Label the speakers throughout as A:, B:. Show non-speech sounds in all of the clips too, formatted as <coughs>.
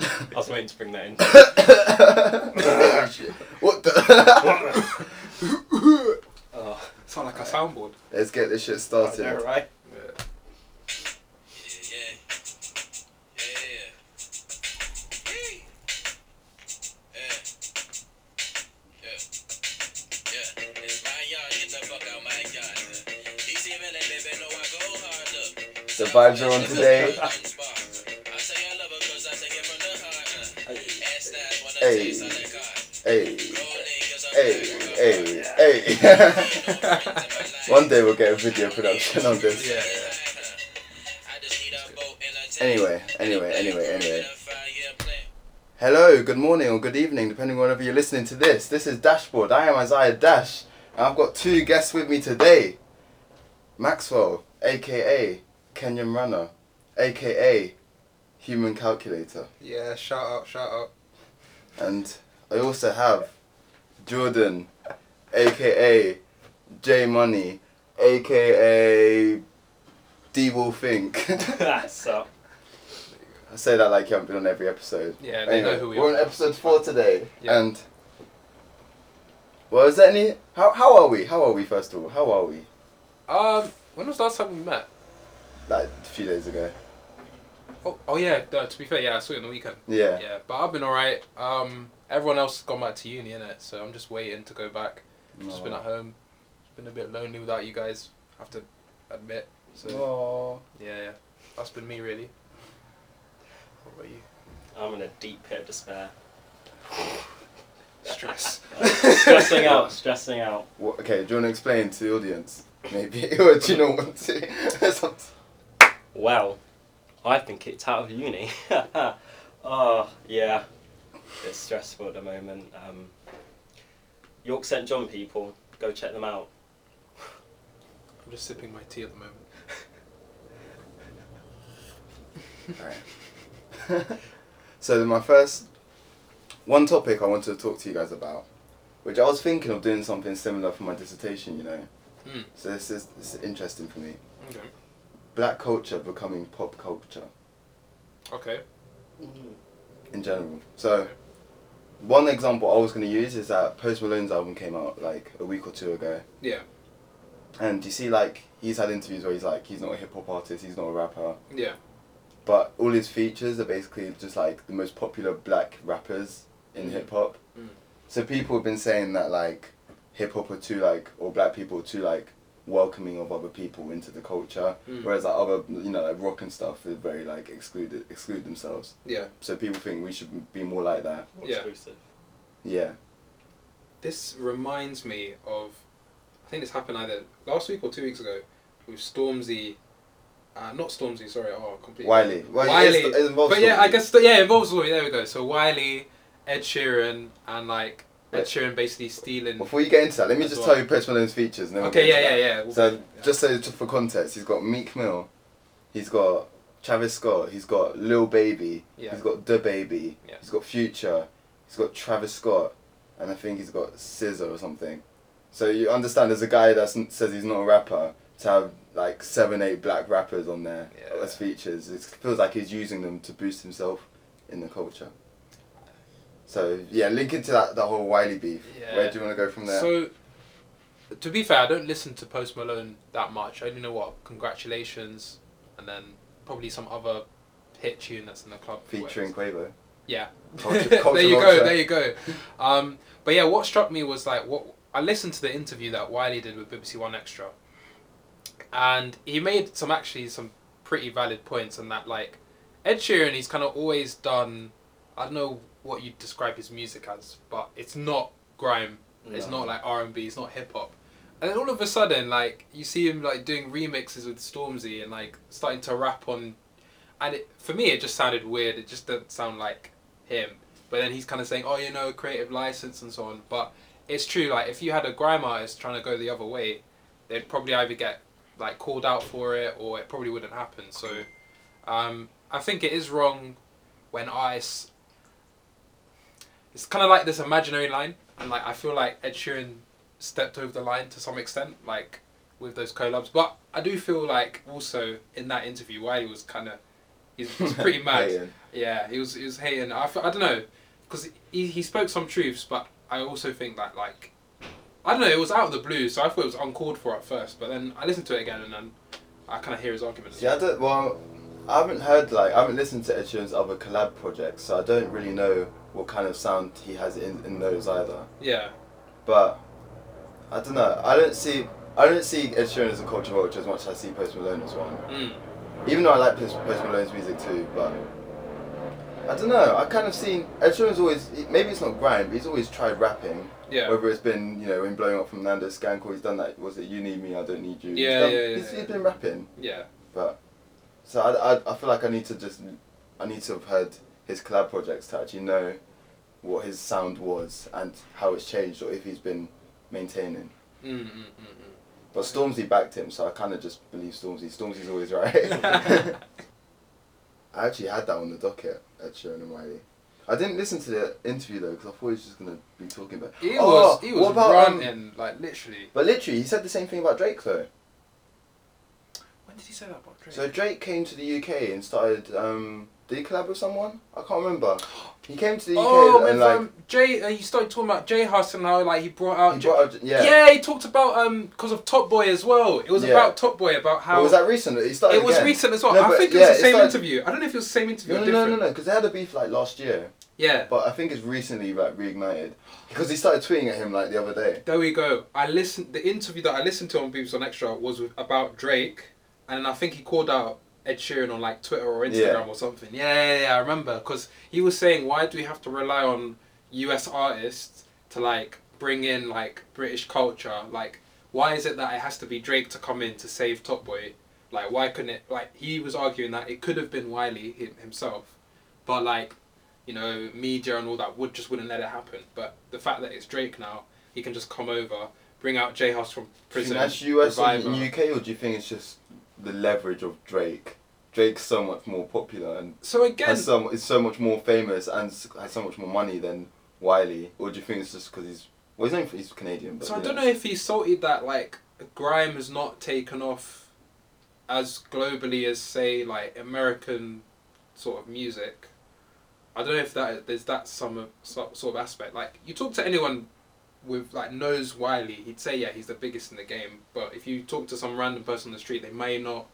A: I was waiting to bring that in.
B: What the?
A: Oh,
C: Sound like a soundboard.
B: Let's get this shit
A: I
B: started.
A: know, right?
D: Yeah. Yeah. Yeah. Yeah. Yeah. Yeah. It's my yard. Get the fuck out my yard. DC Miller, baby, know I go hard up.
B: The vibes are on today.
D: I say I love her 'cause I take it from the heart. uh. Ass that wanna
B: Hey.
D: taste on the card.
B: Hey,
D: Rolling 'cause I'm
B: hey,
D: back.
B: hey, hey. <laughs>
D: No friends in my life.
B: One day we'll get a video production on this.
A: Yeah.
D: I just need a boat and a tank.
B: Anyway, anyway, anyway, anyway. Hello, good morning or good evening, depending on whenever you're listening to this. This is Dashboard. I am Isaiah Dash, and I've got two guests with me today. Maxwell, aka Kenyan Runner, aka Human Calculator,
C: <laughs> Yeah, shout out, shout out.
B: and I also have Jordan, aka J Money, aka D Will Think. <laughs>
A: That's up.
B: I say that like you haven't been on every episode.
C: Yeah, they know who we
B: are
C: are.
B: on episode four today,
C: Yeah.
B: and well, is there any? How how are we? How are we? First of all, how are we?
C: Um, when was the last time we met?
B: Like a few days ago.
C: Oh, oh yeah. No, to be fair, yeah, I saw you on the weekend.
B: Yeah.
C: Yeah, but I've been alright. Um, everyone else has gone back to uni, innit? So I'm just waiting to go back.
B: Oh,
C: I've Just been at home. It's been a bit lonely without you guys. I have to admit. So
B: Oh.
C: yeah, yeah, that's been me really. What about you?
A: I'm in a deep pit of despair.
C: Stress.
A: stressing out, stressing out.
B: What, okay, do you want to explain to the audience? Maybe <laughs> or do you not want to? <laughs> Sometimes-
A: Well, I've been kicked out of uni. <laughs> oh, yeah. It's stressful at the moment. Um, York St. John people, go check them out.
C: I'm just sipping my tea at
B: <laughs>
C: the moment.
B: <laughs> so then my first one topic I wanted to talk to you guys about, which I was thinking of doing something similar for my dissertation. You know.
C: Hmm.
B: So this is this is interesting for me.
C: Okay.
B: Black culture becoming pop culture.
C: Okay. Mm-hmm.
B: in general. So, one example I was going to use is that Post Malone's album came out like a week or two ago.
C: Yeah.
B: And you see, like, he's had interviews where he's like, he's not a hip hop artist, he's not a rapper.
C: Yeah.
B: But all his features are basically just like the most popular black rappers in hip hop.
C: Mm.
B: So, people have been saying that, like, hip hop are too, like, or black people are too, like, welcoming of other people into the culture.
C: Mm.
B: Whereas, like, other, you know, like, rock and stuff, they very, like, excluded, exclude themselves.
C: Yeah.
B: So, people think we should be more like that.
A: More
C: Yeah.
A: Exclusive.
B: Yeah.
C: This reminds me of, I think this happened either last week or two weeks ago, with Stormzy. Uh, not Stormzy, sorry. Oh, completely.
B: Wiley. Wiley.
C: Wiley.
B: It's- it involves
C: but yeah, I
B: Stormzy.
C: guess yeah, it involves Stormzy. There we go. So Wiley, Ed Sheeran, and like Ed
B: Wait.
C: Sheeran basically stealing.
B: Before you get into that, let me
C: As
B: just
C: well.
B: tell you Post Malone's features. And then we'll
C: Okay,
B: get
C: yeah,
B: into
C: yeah, yeah.
B: that.
C: We'll-
B: So
C: yeah.
B: just so just for context, he's got Meek Mill, he's got Travis Scott, he's got Lil Baby,
C: Yeah.
B: he's got Da Baby,
C: Yeah.
B: he's got Future, he's got Travis Scott, and I think he's got Scissor or something. So you understand, there's a guy that says he's not a rapper to have like seven, eight black rappers on there
C: Yeah.
B: as features. It feels like he's using them to boost himself in the culture. So yeah, link into that the whole Wiley beef. Where
C: Yeah.
B: do you want to go from there?
C: So, to be fair, I don't listen to Post Malone that much. I only know what congratulations, and then probably some other hit tune that's in the club.
B: Featuring Quavo.
C: Yeah.
B: Culture-
C: <laughs> there you
B: culture
C: go.
B: vulture.
C: There you go. Um, but yeah, what struck me was like what I listened to the interview that Wiley did with BBC One Extra, and he made some actually some pretty valid points on that. Like Ed Sheeran, he's kind of always done. I don't know what you would describe his music as, but it's not grime. It's
B: No.
C: not like R and B. It's not hip hop. And then all of a sudden, like you see him like doing remixes with Stormzy and like starting to rap on and it, for me it just sounded weird it just didn't sound like him but then he's kind of saying oh you know creative license and so on but it's true like if you had a grime artist trying to go the other way they'd probably either get like called out for it or it probably wouldn't happen so um, i think it is wrong when artists it's kind of like this imaginary line and like i feel like ed sheeran stepped over the line to some extent like with those collabs. But I do feel like also in that interview, Wiley was kind of he's,
B: <laughs>
C: he's pretty mad.
B: Hating.
C: Yeah, he was he was hating. I, fe- I don't know because he, he spoke some truths, but I also think that like I don't know it was out of the blue, so I thought it was uncalled for at first. But then I listened to it again and then I kind of hear his argument. As
B: Yeah, I
C: well.
B: don't, well, I haven't heard like I haven't listened to Ed Sheeran's other collab projects, so I don't really know what kind of sound he has in, in those either.
C: Yeah,
B: But I don't know. I don't see I don't see Ed Sheeran as a culture vulture as much as I see Post Malone as one.
C: mm.
B: Even though I like Post, Post Malone's music too, but I don't know. I kind of seen Ed Sheeran's always maybe it's not grime, but he's always tried rapping.
C: yeah,
B: Whether it's been you know in blowing up from Nando Skanko, he's done that. Was it you need me? I don't need you. He's
C: Yeah,
B: done-
C: yeah, yeah,
B: he's-
C: yeah.
B: he's been rapping.
C: yeah.
B: But so I, I, I feel like I need to just I need to have heard his collab projects to actually know what his sound was and how it's changed or if he's been maintaining.
C: Mm, mm, mm, mm.
B: But Stormzy backed him, so I kind of just believe Stormzy. Stormzy's always
C: <laughs>
B: right. I actually had that on the docket at Sharon and Wiley. I didn't listen to the interview though because I thought he was just gonna be talking about.
C: He
B: Oh,
C: was he
B: what
C: was
B: about, um,
C: ranting like literally.
B: But literally, he said the same thing about Drake though.
C: When did he say that about Drake?
B: So Drake came to the UK and started. Um, did he collab with someone? I can't remember. He came to the UK
C: oh,
B: and
C: remember
B: like
C: um, Jay? Uh, he started talking about Jay Huss and how like he brought out.
B: he
C: J-
B: brought up, yeah.
C: um, yeah. he talked about um because of Top Boy as well. It was
B: Yeah.
C: about Top Boy about how
B: Or was that recent? He started.
C: it was
B: again.
C: recent as well.
B: No,
C: I
B: but
C: think it
B: yeah,
C: was the same
B: started-
C: interview. I don't know if it was the same interview.
B: No,
C: or
B: no, no,
C: different.
B: no, no, because they had a beef like last year,
C: Yeah,
B: but I think it's recently like reignited because he started tweeting at him like the other day.
C: there we go. I listened. The interview that I listened to on Boobs on Extra was with, about Drake, and I think he called out Ed Sheeran on like Twitter or Instagram
B: Yeah.
C: or something. Yeah, yeah, yeah I remember because he was saying, why do we have to rely on U.S. artists to like bring in like British culture? Like, why is it that it has to be Drake to come in to save Top Boy? Like, why couldn't it? Like, he was arguing that it could have been Wiley him, himself, but like, you know, media and all that would just wouldn't let it happen. But the fact that it's Drake now, he can just come over, bring out J House from
B: do
C: prison.
B: you think that's US
C: Reviver.
B: and UK, or do you think it's just the leverage of Drake? Drake's so much more popular and
C: So again,
B: has so, is so much more famous and s- has so much more money than Wiley, or do you think it's just because he's well, he's, not, he's Canadian? But
C: So I
B: you
C: don't know if he salted that like grime has not taken off as globally as say like American sort of music. I don't know if that there's that some of so- sort of aspect. Like you talk to anyone with like knows Wiley, he'd say yeah he's the biggest in the game. But if you talk to some random person on the street, they may not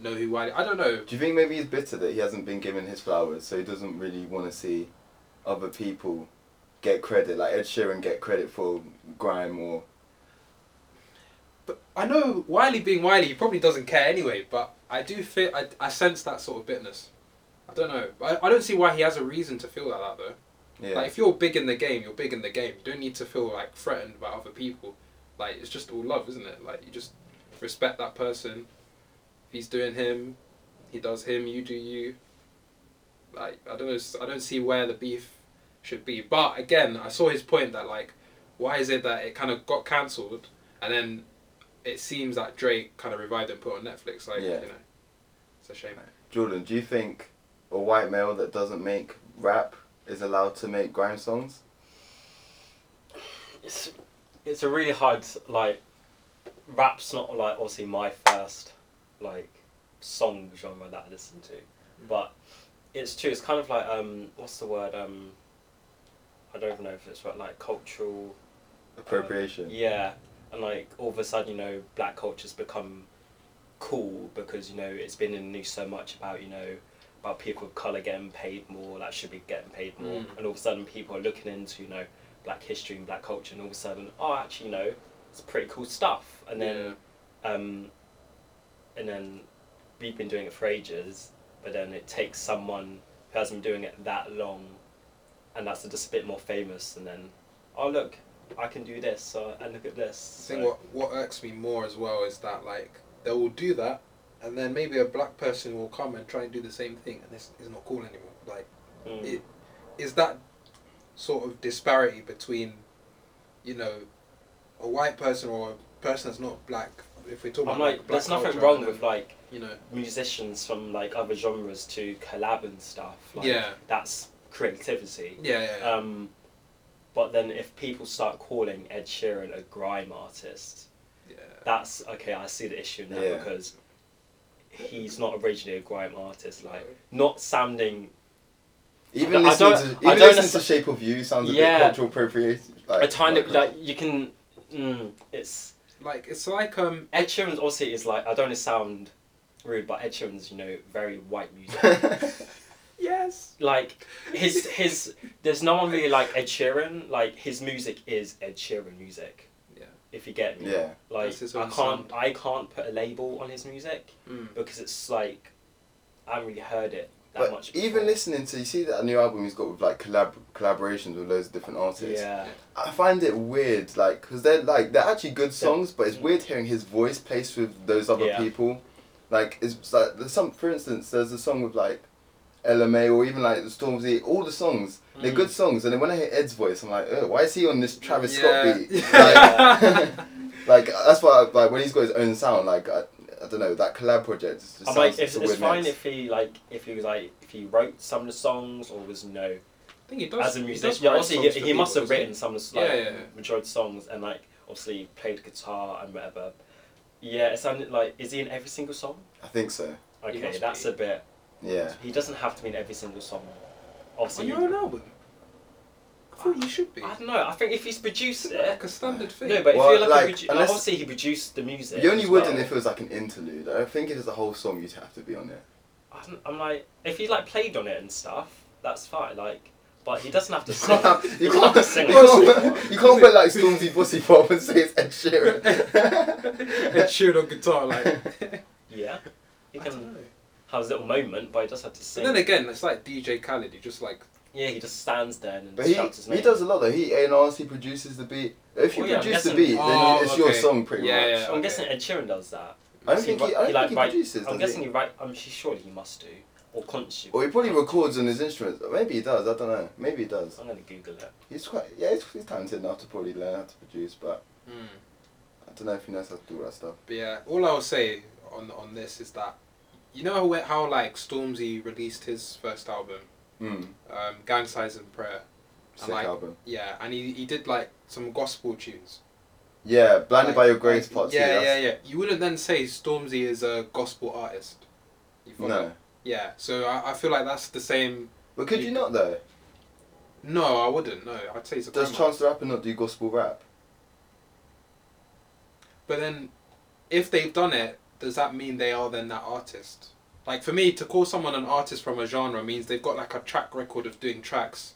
C: know who Wiley. I don't know.
B: Do you think maybe he's bitter that he hasn't been given his flowers, so he doesn't really want to see other people get credit, like Ed Sheeran get credit for grime or
C: But I know Wiley being Wiley, he probably doesn't care anyway. But I do feel I, I sense that sort of bitterness. I don't know. I, I don't see why he has a reason to feel like that though.
B: yeah.
C: Like if you're big in the game, you're big in the game. You don't need to feel like threatened by other people. Like it's just all love, isn't it? Like you just respect that person. If he's doing him, he does him. You do you. Like I don't know. I don't see where the beef should be. But again, I saw his point that like, why is it that it kind of got cancelled and then it seems that Drake kind of revived and put on Netflix. Like
B: Yeah.
C: you know, it's a shame.
B: Jordan, do you think a white male that doesn't make rap is allowed to make grime songs?
A: It's it's a really hard like rap's not like obviously my first like song genre that I listen to, but it's true. It's kind of like um what's the word um I don't even know if it's right like cultural
B: Appropriation.
A: Uh, Yeah, and like all of a sudden, you know, black culture's become cool because you know it's been in the news so much about you know about people of color getting paid more, like should be getting paid more,
C: Mm.
A: and all of a sudden people are looking into you know black history and black culture, and all of a sudden, oh, actually, you know, it's pretty cool stuff, and then um, and then we've been doing it for ages, but then it takes someone who hasn't been doing it that long, and that's just a bit more famous, and then, oh look, I can do this, uh, and look at this.
C: I think
A: so-
C: what what irks me more as well is that like they will do that, and then maybe a black person will come and try and do the same thing, and this is not cool anymore. Like,
A: Mm.
C: it, is that sort of disparity between, you know, a white person or a person that's not black? If we're talking
A: I'm
C: about
A: like,
C: black
A: there's nothing
C: culture,
A: wrong
C: and
A: with
C: then,
A: like
C: you know.
A: musicians from like other genres to collab and stuff. Like,
C: Yeah.
A: that's creativity.
C: Yeah, yeah, yeah.
A: Um, but then if people start calling Ed Sheeran a grime artist,
C: yeah.
A: That's okay. I see the issue now
B: Yeah.
A: because he's not originally a grime artist. Like not sounding. I
B: Even
A: don't-
B: listening
A: I
B: to
A: don't
B: even listening to
A: understand-
B: Shape of You sounds a
A: Yeah.
B: bit cultural appropriation.
A: a tiny like you can. Mm, it's
C: Like it's like um
A: Ed Sheeran's obviously is like I don't want to sound rude, but Ed Sheeran's you know very white music.
B: <laughs> like
C: <laughs> yes.
A: like his his there's no one really like Ed Sheeran. Like his music is Ed Sheeran music.
C: Yeah.
A: If you get me.
B: <laughs> Yeah.
A: Like
C: That's his
A: I
C: own
A: can't
C: sound.
A: I can't put a label on his music
C: Mm.
A: because it's like I haven't really heard it that
B: But
A: much. before.
B: even listening to you see that new album he's got with like collab collaborations with loads of different artists.
A: Yeah.
B: I find it weird, like, because they're like they're actually good songs, but it's weird hearing his voice placed with those other
A: Yeah.
B: people. Like, it's it's like there's some, for instance, there's a song with like LMA or even like Stormzy. All the songs, they're
A: Mm.
B: good songs, and then when I hear Ed's voice, I'm like, oh, why is he on this Travis
C: Yeah.
B: Scott beat?
A: <laughs>
B: Like, <laughs> like that's why, like, when he's got his own sound, like, I, I don't know, that collab project. It's just
A: I'm
B: sounds,
A: like
B: it's
A: it's,
B: a
A: it's
B: weird
A: fine
B: mix.
A: if he like if he was like if he wrote some of the songs or was you know
C: I think he does.
A: as a
C: he does
A: musician. Yeah,
C: write
A: obviously
C: songs
A: he,
C: for
A: he must
C: people,
A: have
C: doesn't he?
A: written some of the
C: Yeah,
A: like,
C: yeah, yeah.
A: majority of the songs and like obviously played guitar and whatever. Yeah, it sounded like is he in every single song?
B: I think so.
A: Okay,
C: must
A: that's
C: be.
A: a bit.
B: Yeah.
A: He doesn't have to be in every single song.
C: On
A: Obviously,
C: your own album. I thought you should be.
A: I don't know. I think if he's produced
C: Isn't that
A: it,
C: like a standard thing?
A: no,
B: <laughs>
A: but
B: Well,
A: if you're like,
B: like,
A: a produ-
B: unless-
A: obviously he produced the music.
B: You only
A: as
B: wouldn't
A: well.
B: if it was like an interlude. I think if it's a whole song, you'd have to be on it.
A: I'm, I'm like, if he like played on it and stuff, that's fine. Like, but he doesn't
B: <laughs>
A: have to
B: You
A: sing.
B: can't,
A: He
B: you
A: doesn't have
B: can't,
A: to sing.
B: you
A: on the song.
B: can't, you can't put like Stormzy Pussy Pop and say it's Ed
C: <laughs> Ed
B: Sheeran.
C: Sheeran on guitar, like. <laughs>
A: Yeah, he
C: I don't
A: can
C: know.
A: have his little moment, but he does have to
C: But
A: sing.
C: then again, it's like DJ Khaled. He just like
A: yeah, he just stands there and
B: But he,
A: shouts his name.
B: he does a lot though. He A&Rs, he produces the beat. If you
A: Well, yeah, I'm
B: produce the
A: guessing-
B: beat, then
C: Oh,
B: it's your
C: okay.
B: song pretty
C: Yeah,
B: much.
C: yeah.
A: I'm
C: okay.
A: guessing Ed Sheeran does that.
B: I don't
A: He
B: think
A: wri-
B: he, I
A: he,
B: don't think
A: like,
B: he
A: write-
B: produces.
A: I'm
B: does
A: guessing
B: he?
A: he write. I'm surely he must do or conscious.
B: Or he probably records on his instruments. Maybe he does. I don't know. Maybe he does.
A: I'm gonna Google it.
B: He's quite yeah. He's, he's talented enough to probably learn how to produce, but
A: Hmm.
C: Mm.
B: I don't know if he knows how to do all that stuff.
C: But yeah, all I'll say on on this is that you know how, how like Stormzy released his first album,
B: Mm.
C: um, Gang Size and Prayer.
B: Sick
C: like-
B: album.
C: Yeah, and he, he did like some gospel tunes.
B: Yeah, blinded
C: Like-
B: by your grace
C: like-
B: part two.
C: Yeah,
B: that's-
C: yeah, yeah. You wouldn't then say Stormzy is a gospel artist. You follow?
B: No,
C: Yeah, so I, I feel like that's the same.
B: but could you not though?
C: No, I wouldn't. No, I'd say it's a.
B: Does
C: crime
B: Chance the Rapper not do gospel rap?
C: But then, if they've done it, does that mean they are then that artist? Like for me, to call someone an artist from a genre means they've got like a track record of doing tracks,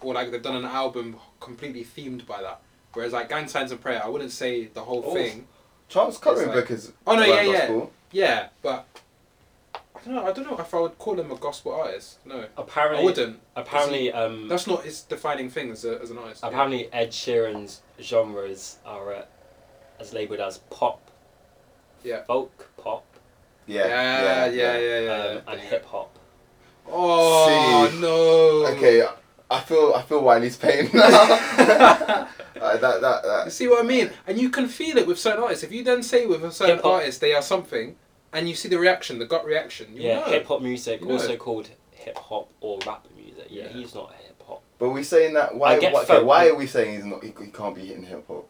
C: or like they've done an album completely themed by that. Whereas like Gang Signs and Prayer, I wouldn't say the whole
A: Oh.
C: thing.
B: Chance coloring
C: like-
B: book is
C: Oh, no,
B: weren't
C: yeah, yeah.
B: gospel.
C: Yeah, but I don't know. I don't know if I would call him a gospel artist. No, I
A: Apparently,
C: wouldn't.
A: apparently, um,
C: That's not his defining thing as, a, as an artist.
A: apparently Ed Sheeran's genres are uh, as labelled as pop,
C: Yeah.
A: folk pop,
B: yeah.
C: yeah, yeah, yeah, yeah.
A: um, and hip hop.
C: Oh
B: See.
C: no.
B: Okay, I feel I feel Wiley's pain now.
C: <laughs>
B: <laughs> Uh, that that
C: You
B: that.
C: see what I mean? And you can feel it with certain artists. If you then say with a certain
A: Hip-hop.
C: artist they are something, and you see the reaction, the gut reaction, you
A: Yeah,
C: know.
A: hip hop music,
C: You know.
A: also called hip hop or rap music. Yeah,
C: Yeah.
A: he's not hip hop.
B: But we saying that why?
A: I get
B: Why, okay,
A: folk-
B: why are we saying he's not? He, he can't be hitting hip hop.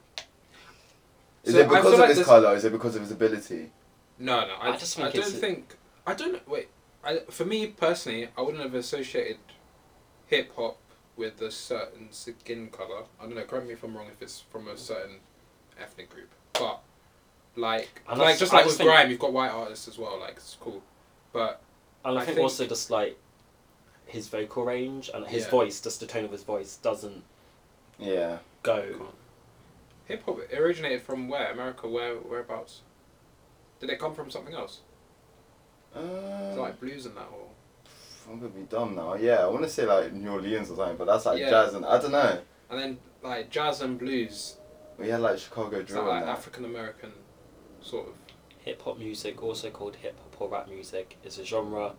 B: Is
C: So I
B: it
C: feel
B: because of
C: like
B: his
C: this-
B: colour? Is it because of his ability?
C: No, no. I,
A: I just think
C: I don't
A: it's a-
C: think. I don't. Wait. I, for me personally, I wouldn't have associated hip hop with a certain skin color. I don't know. Correct me if I'm wrong. If it's from a certain ethnic group, but like,
A: And
C: like
A: that's-
C: just
A: I
C: like
A: just
C: with
A: think-
C: grime, you've got white artists as well. Like it's cool, but
A: And I,
C: I
A: think,
C: think-
A: also just like his vocal range and his
C: Yeah.
A: voice, just the tone of his voice doesn't
B: Yeah.
A: go.
C: hip hop originated from where? America? Where? Whereabouts? Did it come from something else? It's
B: Um,
C: like blues and that or
B: I'm gonna be dumb now. Yeah, I want to say like New Orleans or something, but that's like
C: Yeah.
B: jazz and I don't know.
C: and then like jazz and blues
B: We had like Chicago
C: is that
B: drill.
C: like
B: and that.
C: African American sort of
A: Hip hop music, also called hip hop or rap music, is a genre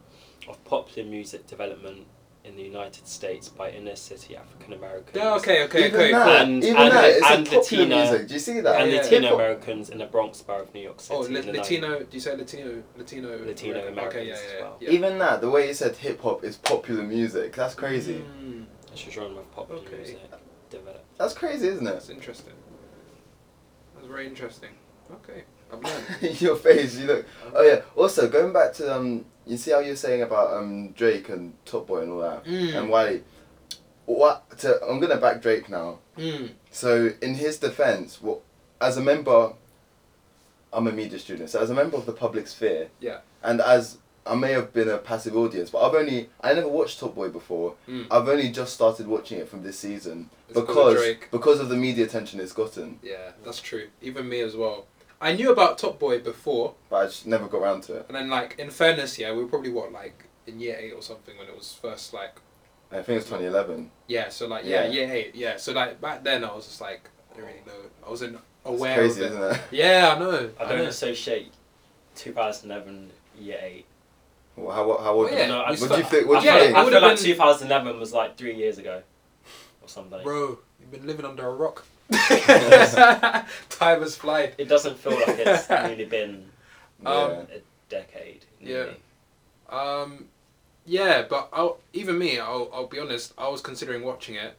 A: of popular music development in the United States by inner city African Americans
C: yeah okay okay
B: even
C: okay
B: that,
C: cool.
A: And-
B: even
A: and-
B: that, it's
A: and
B: a popular
A: Latina-
B: music. Do you see that?
A: and
C: Yeah, yeah.
A: Latino
B: Hip-hop-
A: Americans in the Bronx borough of New York City.
C: oh
A: in
C: Lat-
A: the
C: Latino do you say Latino Latino
A: Latino
C: okay
A: Americans
C: yeah
A: as
C: yeah,
A: well.
C: yeah.
B: Even that, the way you said hip hop is popular music. That's crazy.
C: Mm,
A: 90s. It's a genre of popular
C: Okay.
A: music developed.
B: That's crazy, isn't it?
C: that's interesting that's very interesting Okay, I've
B: <laughs>
C: learned.
B: Your face, you look. Oh yeah. Also, going back to um, you see how you're saying about um Drake and Top Boy and all that,
C: Mm.
B: and Wiley. What to, I'm gonna back Drake now.
C: Mm.
B: So in his defense, what as a member, I'm a media student. So as a member of the public sphere,
C: Yeah.
B: and as I may have been a passive audience, but I've only I never watched Top Boy before.
C: Mm.
B: I've only just started watching it from this season
C: It's 'cause of
B: because
C: Drake.
B: because of the media attention it's gotten,
C: Yeah, that's true. Even me as well. I knew about Top Boy before,
B: but I just never got around to it.
C: and then like in fairness, yeah, we were probably what like in year eight or something when it was first like
B: I think it was 2011.
C: yeah, so like yeah,
B: Yeah.
C: year eight, yeah. So like back then, I was just like I didn't really know. I wasn't
B: It's
C: aware
B: crazy,
C: of it.
B: isn't it? <laughs>
C: Yeah, I know.
A: I don't
C: know.
A: associate 2011 year eight.
B: Well, how how old?
C: Well, yeah,
B: you,
A: No, I-
B: what
C: we
B: do you
C: start-
B: think? What do
A: I
C: Yeah,
B: you
A: feel,
B: think?
A: I
C: would've
A: feel like
C: been-
A: 2011 was like three years ago, or something.
C: Bro, you've been living under
B: <laughs>
C: a rock. <laughs>
B: Yes.
C: Time has fly.
A: It doesn't feel like it's
C: <laughs>
A: nearly been
C: Um,
A: a decade.
C: Yeah.
A: nearly.
C: Um, yeah, but I'll, even me, I'll, I'll be honest. I was considering watching it,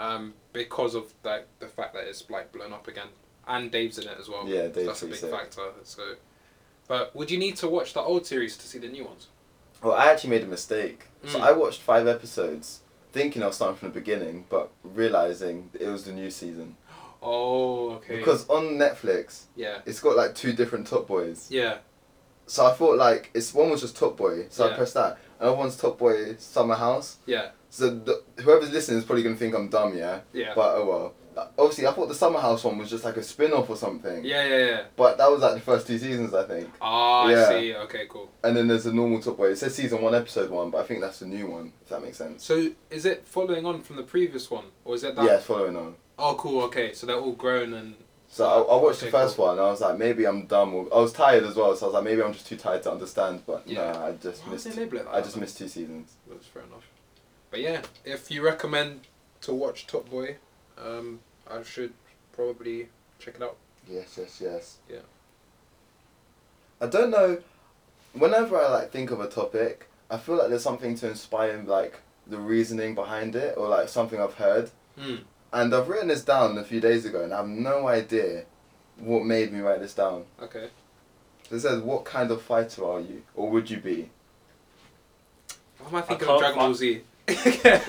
C: um, because of like the fact that it's like blown up again, and Dave's in it as well.
B: Yeah, Dave's
C: That's a
B: pretty sick.
C: big factor. So, but would you need to watch the old series to see the new ones?
B: Well, I actually made a mistake. So
C: Mm.
B: I watched five episodes, thinking I was starting from the beginning, but realizing it was the new season
C: Oh, okay.
B: because on Netflix
C: yeah,
B: it's got like two different Top Boys.
C: yeah,
B: So I thought like it's one was just Top Boy, so
C: Yeah.
B: I pressed that. Another one's Top Boy Summer House.
C: yeah,
B: So the, whoever's listening is probably gonna think I'm dumb, yeah.
C: yeah,
B: But oh well. Uh, Obviously, I thought the Summer House one was just like a spin off or something.
C: yeah, yeah, yeah.
B: But that was like the first two seasons, I think.
C: Ah, I
B: Yeah.
C: see. Okay, cool.
B: And then there's a normal Top Boy. It says season one, episode one, but I think that's the new one. If that makes sense.
C: So, is it following on from the previous one, or is it that?
B: Yeah, it's following on.
C: Oh, cool. Okay, so they're all grown and.
B: So I, I watched
C: Okay,
B: the first one and I was like, maybe I'm dumb. Or, I was tired as well, so I was like, maybe I'm just too tired to understand. But
C: Yeah.
B: no, I just
C: Why would
B: missed.
C: they label it like
B: I
C: that,
B: just
C: though?
B: missed two seasons.
C: That's fair enough. But yeah, if you recommend to watch Top Boy, um, I should probably check it out.
B: Yes, yes, yes.
C: Yeah.
B: I don't know. Whenever I like think of a topic, I feel like there's something to inspire like the reasoning behind it or like something I've heard.
C: Mm.
B: And I've written this down a few days ago, and I have no idea what made me write this down.
C: Okay.
B: It says, "What kind of fighter are you, or would you be?"
C: Why am I thinking
A: can't
C: of Dragon Ball
A: fi-
C: Z?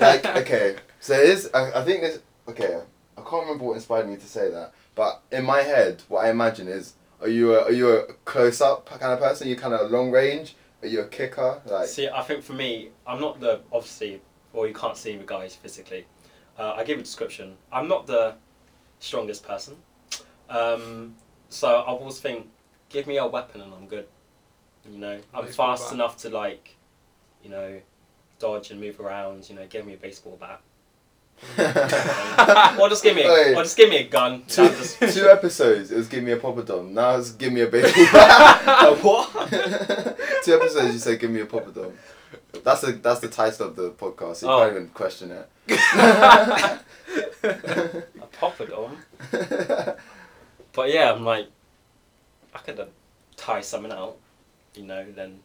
B: <laughs> like okay so here's I, I think this okay i can't remember what inspired me to say that but in my head what i imagine is are you a, are you a close-up kind of person you kind of long range are you a kicker
A: <laughs>
B: like
A: See, I think for me, I'm not the obviously, well, you can't see the guys physically. Uh, I give a description. I'm not the strongest person, um, so I always think, give me a weapon and I'm good. You know, I'm
C: Baseball
A: fast
C: bat.
A: enough to like, you know, dodge and move around. You know, give me a baseball bat, or just give me, a,
B: Oi,
A: or just give me a gun. <laughs>
B: two,
A: That just-
B: two episodes it was give me a poppadom now it's give me
A: <laughs>
B: a baseball <laughs> bat
A: What?
B: <laughs> two episodes you said give me a poppadom that's the that's the title of the podcast so you
A: Oh.
B: can't even question it
A: I pop it on. <laughs>
B: <laughs>
A: But yeah, I'm like, I could uh, tie someone out, you know, then.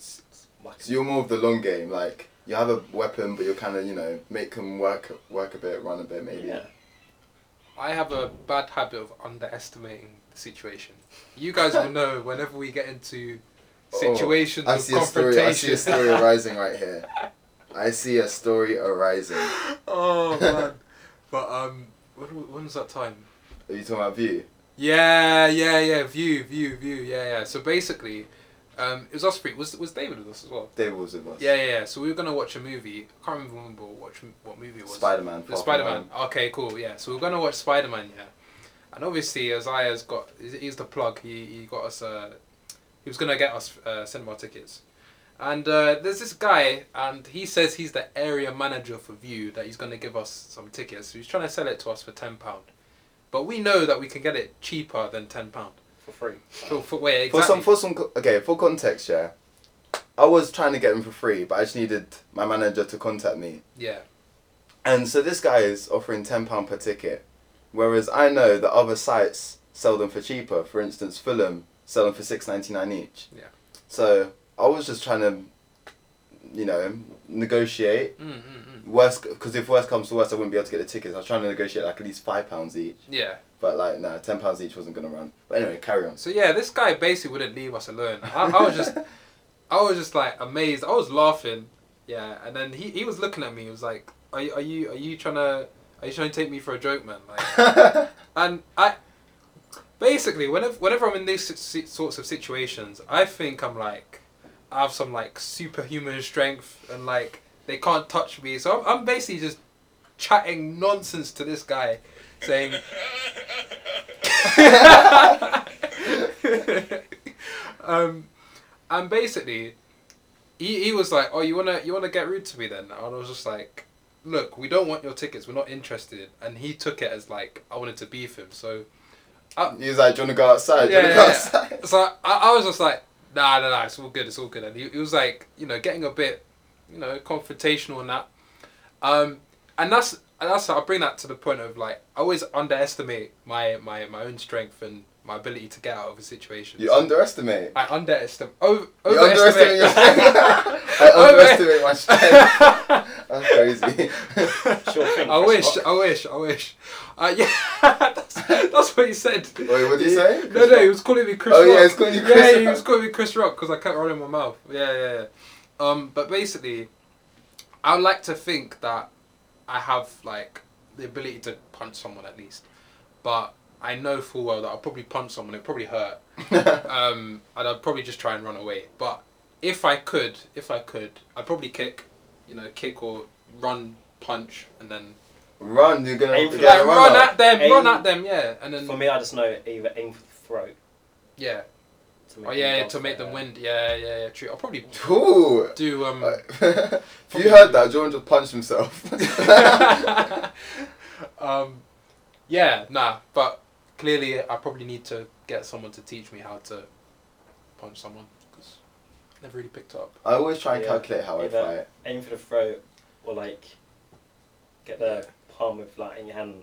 A: s- s- whack
B: So you're more of the long game, like you have a weapon, but you're kind of you know make them work work a bit, run a bit, maybe.
A: Yeah.
C: <laughs> I have a bad habit of underestimating the situation. You guys will know whenever we get into
B: Oh,
C: situations
B: I
C: of
B: see a story. I see
C: confrontation.
B: a
C: <laughs>
B: story arising right here. I see a story arising. Are
C: <laughs> oh man! But um, when, when was that time?
B: you talking about view?
C: Yeah, yeah, yeah. View, view, view. Yeah, yeah. So basically, um, it was us three. Was was David with us as well?
B: David was with us.
C: Yeah, yeah, yeah. So we were gonna watch a movie. I can't remember when, but watch what movie it was.
B: Spider Man.
C: The Spider Man. Okay, cool. Yeah. So we are gonna watch Spider Man. Yeah. And obviously, Isaiah's got. he's- He's the plug. He he got us. Uh, he was gonna get us uh, cinema tickets. And uh, there's this guy, and he says he's the area manager for View. That he's gonna give us some tickets. So he's trying to sell it to us for ten pound. But we know that we can get it cheaper than ten pound.
A: for free.
C: So for wait,
B: For
C: exactly.
B: some, for some, co- okay, for context, yeah. I was trying to get him for free, but I just needed my manager to contact me.
C: yeah.
B: And so this guy is offering ten pound per ticket, whereas I know that other sites sell them for cheaper. For instance, Fulham sell them for six ninety nine each.
C: Yeah.
B: So I was just trying to you know, negotiate.
C: Mm, mm, mm.
B: Worst, because if worst comes to worst, I wouldn't be able to get the tickets. I was trying to negotiate like at least five pounds each,
C: Yeah.
B: but like no, ten pounds each wasn't gonna run. But anyway, carry on.
C: So yeah, this guy basically wouldn't leave us alone. I, I
B: <laughs>
C: was just, I was just like amazed. I was laughing. Yeah, and then he, he was looking at me. He was like, "Are you are you are you trying to are you trying to take me for a joke, man?" Like, and I, basically, whenever whenever I'm in these si- si- sorts of situations, I think I'm like, I have some like superhuman strength, and like they can't touch me. So I'm, I'm basically just chatting nonsense to this guy, saying. <laughs> um, and basically, he, he was like, "Oh, you wanna you wanna get rude to me then?" And I was just like, "Look, we don't want your tickets. We're not interested." And he took it as like I wanted to beef him. So
B: he was like, "Do you wanna go outside? Do you <laughs>
C: Yeah,
B: wanna
C: yeah,
B: go
C: yeah.
B: outside?"
C: so I, I was just like, "Nah, nah, nah. It's all good. It's all good." And he, he was like, you know, getting a bit, you know, confrontational and that. Um, and that's and that's I bring that to the point of like I always underestimate my my my own strength and my ability to get out of a situation.
B: You
C: So-
B: underestimate.
C: I underestimate. Over,
B: You underestimate
C: overestimate.
B: your
C: <laughs>
B: strength. I underestimate my strength.
C: <laughs>
B: <laughs> That's crazy.
A: Sure thing.
C: I
A: Chris
C: wish,
A: Rock.
C: I wish, I wish. Uh, yeah, <laughs> that's, that's what he said.
B: Wait, what did you say?
C: No, no, he was calling me Chris
B: Oh,
C: Rock.
B: yeah, he's calling you Chris
C: Yeah, he
B: Rock.
C: was calling me Chris Rock because I kept rolling my mouth. Yeah, yeah, yeah. Um, but basically, I would like to think that I have like the ability to punch someone at least, but I know full well that I'll probably punch someone. It probably hurt. um, and I'd probably just try and run away. But if I could, if I could, I'd probably kick, you know, kick or run, punch, and then
B: <laughs> Run, you're gonna
A: Aim for
B: get
A: Yeah,
C: like,
B: a
C: run,
B: run up.
C: at them,
A: Aim-
C: run at them, yeah, and then
A: For me, I just know either aim for the throat.
C: yeah,
A: To make
C: oh
A: them
C: yeah, yeah,
A: dance
C: to make
A: there.
C: them win, yeah, yeah, yeah, true. I'll probably
B: Ooh. <laughs>
C: do um.
B: if you heard that, Jordan just punched himself. <laughs>
C: <laughs> um, yeah, nah, but clearly I probably need to get someone to teach me how to punch someone because never really picked up.
B: I always try and
A: Yeah.
B: calculate how I
A: Either
B: fight.
A: Aim for the throat, or like get the palm of like in your hand,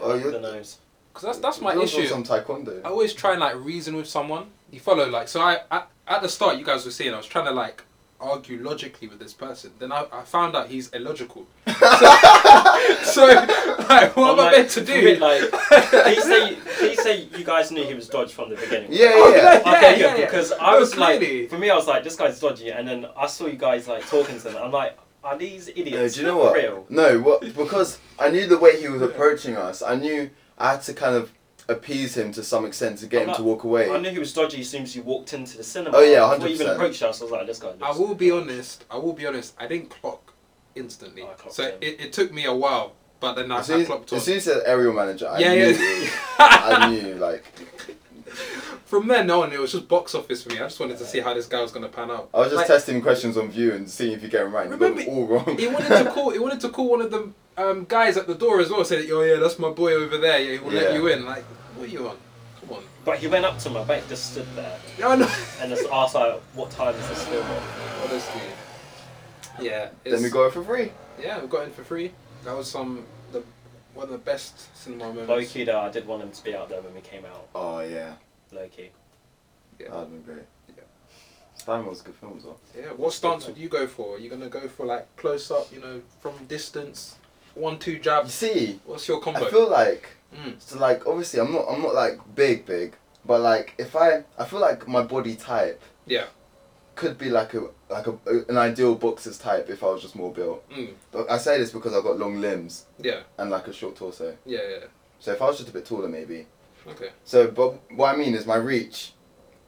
B: Oh,
C: Yeah,
B: you're,
A: the nose.
C: because that's that's my
B: you're
C: issue.
B: Some taekwondo.
C: <laughs> I always try and like reason with someone. You follow like so I, I at the start you guys were seeing I was trying to like argue logically with this person. Then I, I found out he's
B: <laughs>
C: illogical. <laughs> So like what am
A: I'm
C: I meant to
A: for me,
C: do?
A: Like, <laughs> please say, please say you guys knew he was dodged from the beginning.
B: Yeah,
A: Right?
B: yeah, yeah.
C: <laughs> Yeah,
A: okay,
C: yeah,
A: good.
C: yeah.
A: Because
C: No,
A: I was
C: clearly.
A: like, for me, I was like, this guy's dodgy, and then I saw you guys like talking to them. I'm like, are these
B: No,
A: idiots?
B: do you know
A: for
B: what?
A: Real.
B: No, what? Because I knew the way he was approaching us. I knew I had to kind of appease him to some extent to get
A: I'm
B: him
A: not-
B: to walk
A: I
B: away.
A: knew he was dodgy as soon as you walked into the cinema.
B: Oh, yeah,
A: Before you even
B: 100%.
A: approached us, I was like, this guy.
C: I
A: looks
C: will be
A: dodgy.
C: honest. I will be honest. I didn't clock instantly.
A: Oh, I clocked
C: so
A: him.
C: it, it took me a while, but then I,
B: As soon
C: I
B: as,
C: clocked on.
B: as soon as he said aerial manager, I
C: Yeah,
B: knew.
C: yeah.
B: I knew like
C: From then on, it was just box office for me. I just wanted to see how this guy was gonna pan out.
B: I was just
C: Like,
B: testing questions on view and seeing if you get them right. and You got them
C: Remember-
B: all wrong.
C: He wanted
B: <laughs>
C: to call. He wanted to call one of the um, guys at the door as well. Said, "Oh yeah, that's my boy over there. Yeah, he will
B: Yeah.
C: let you in." Like, what are you on? Come on.
A: But he went up to my back, just stood there,
C: No, no.
A: and just asked like, what time is this film on?
C: Honestly. Yeah.
B: Then we
C: it's-
B: got it for free.
C: Yeah, we got in for free. That was some the one of the best cinema
A: Low
C: moments.
A: key though, I did want him to be out there when we came out.
B: Oh yeah,
A: Low key.
C: Yeah.
B: that would have been great.
C: Yeah.
B: Spider-Man was a good film as well.
C: Yeah. What stance would you go for? Are you gonna go for like close up? You know, from distance, one two
B: You
C: jabs.
B: see,
C: What's your combo?
B: I feel like
C: Mm.
B: so like obviously I'm not I'm not like big big, but like if I I feel like my body type
C: Yeah.
B: could be like a like a an ideal boxer's type if I was just more built.
C: Mm.
B: But I say this because I've got long limbs
C: Yeah.
B: and like a short torso.
C: Yeah. Yeah.
B: So if I was just a bit taller maybe,
C: Okay.
B: So, but what I mean is my reach.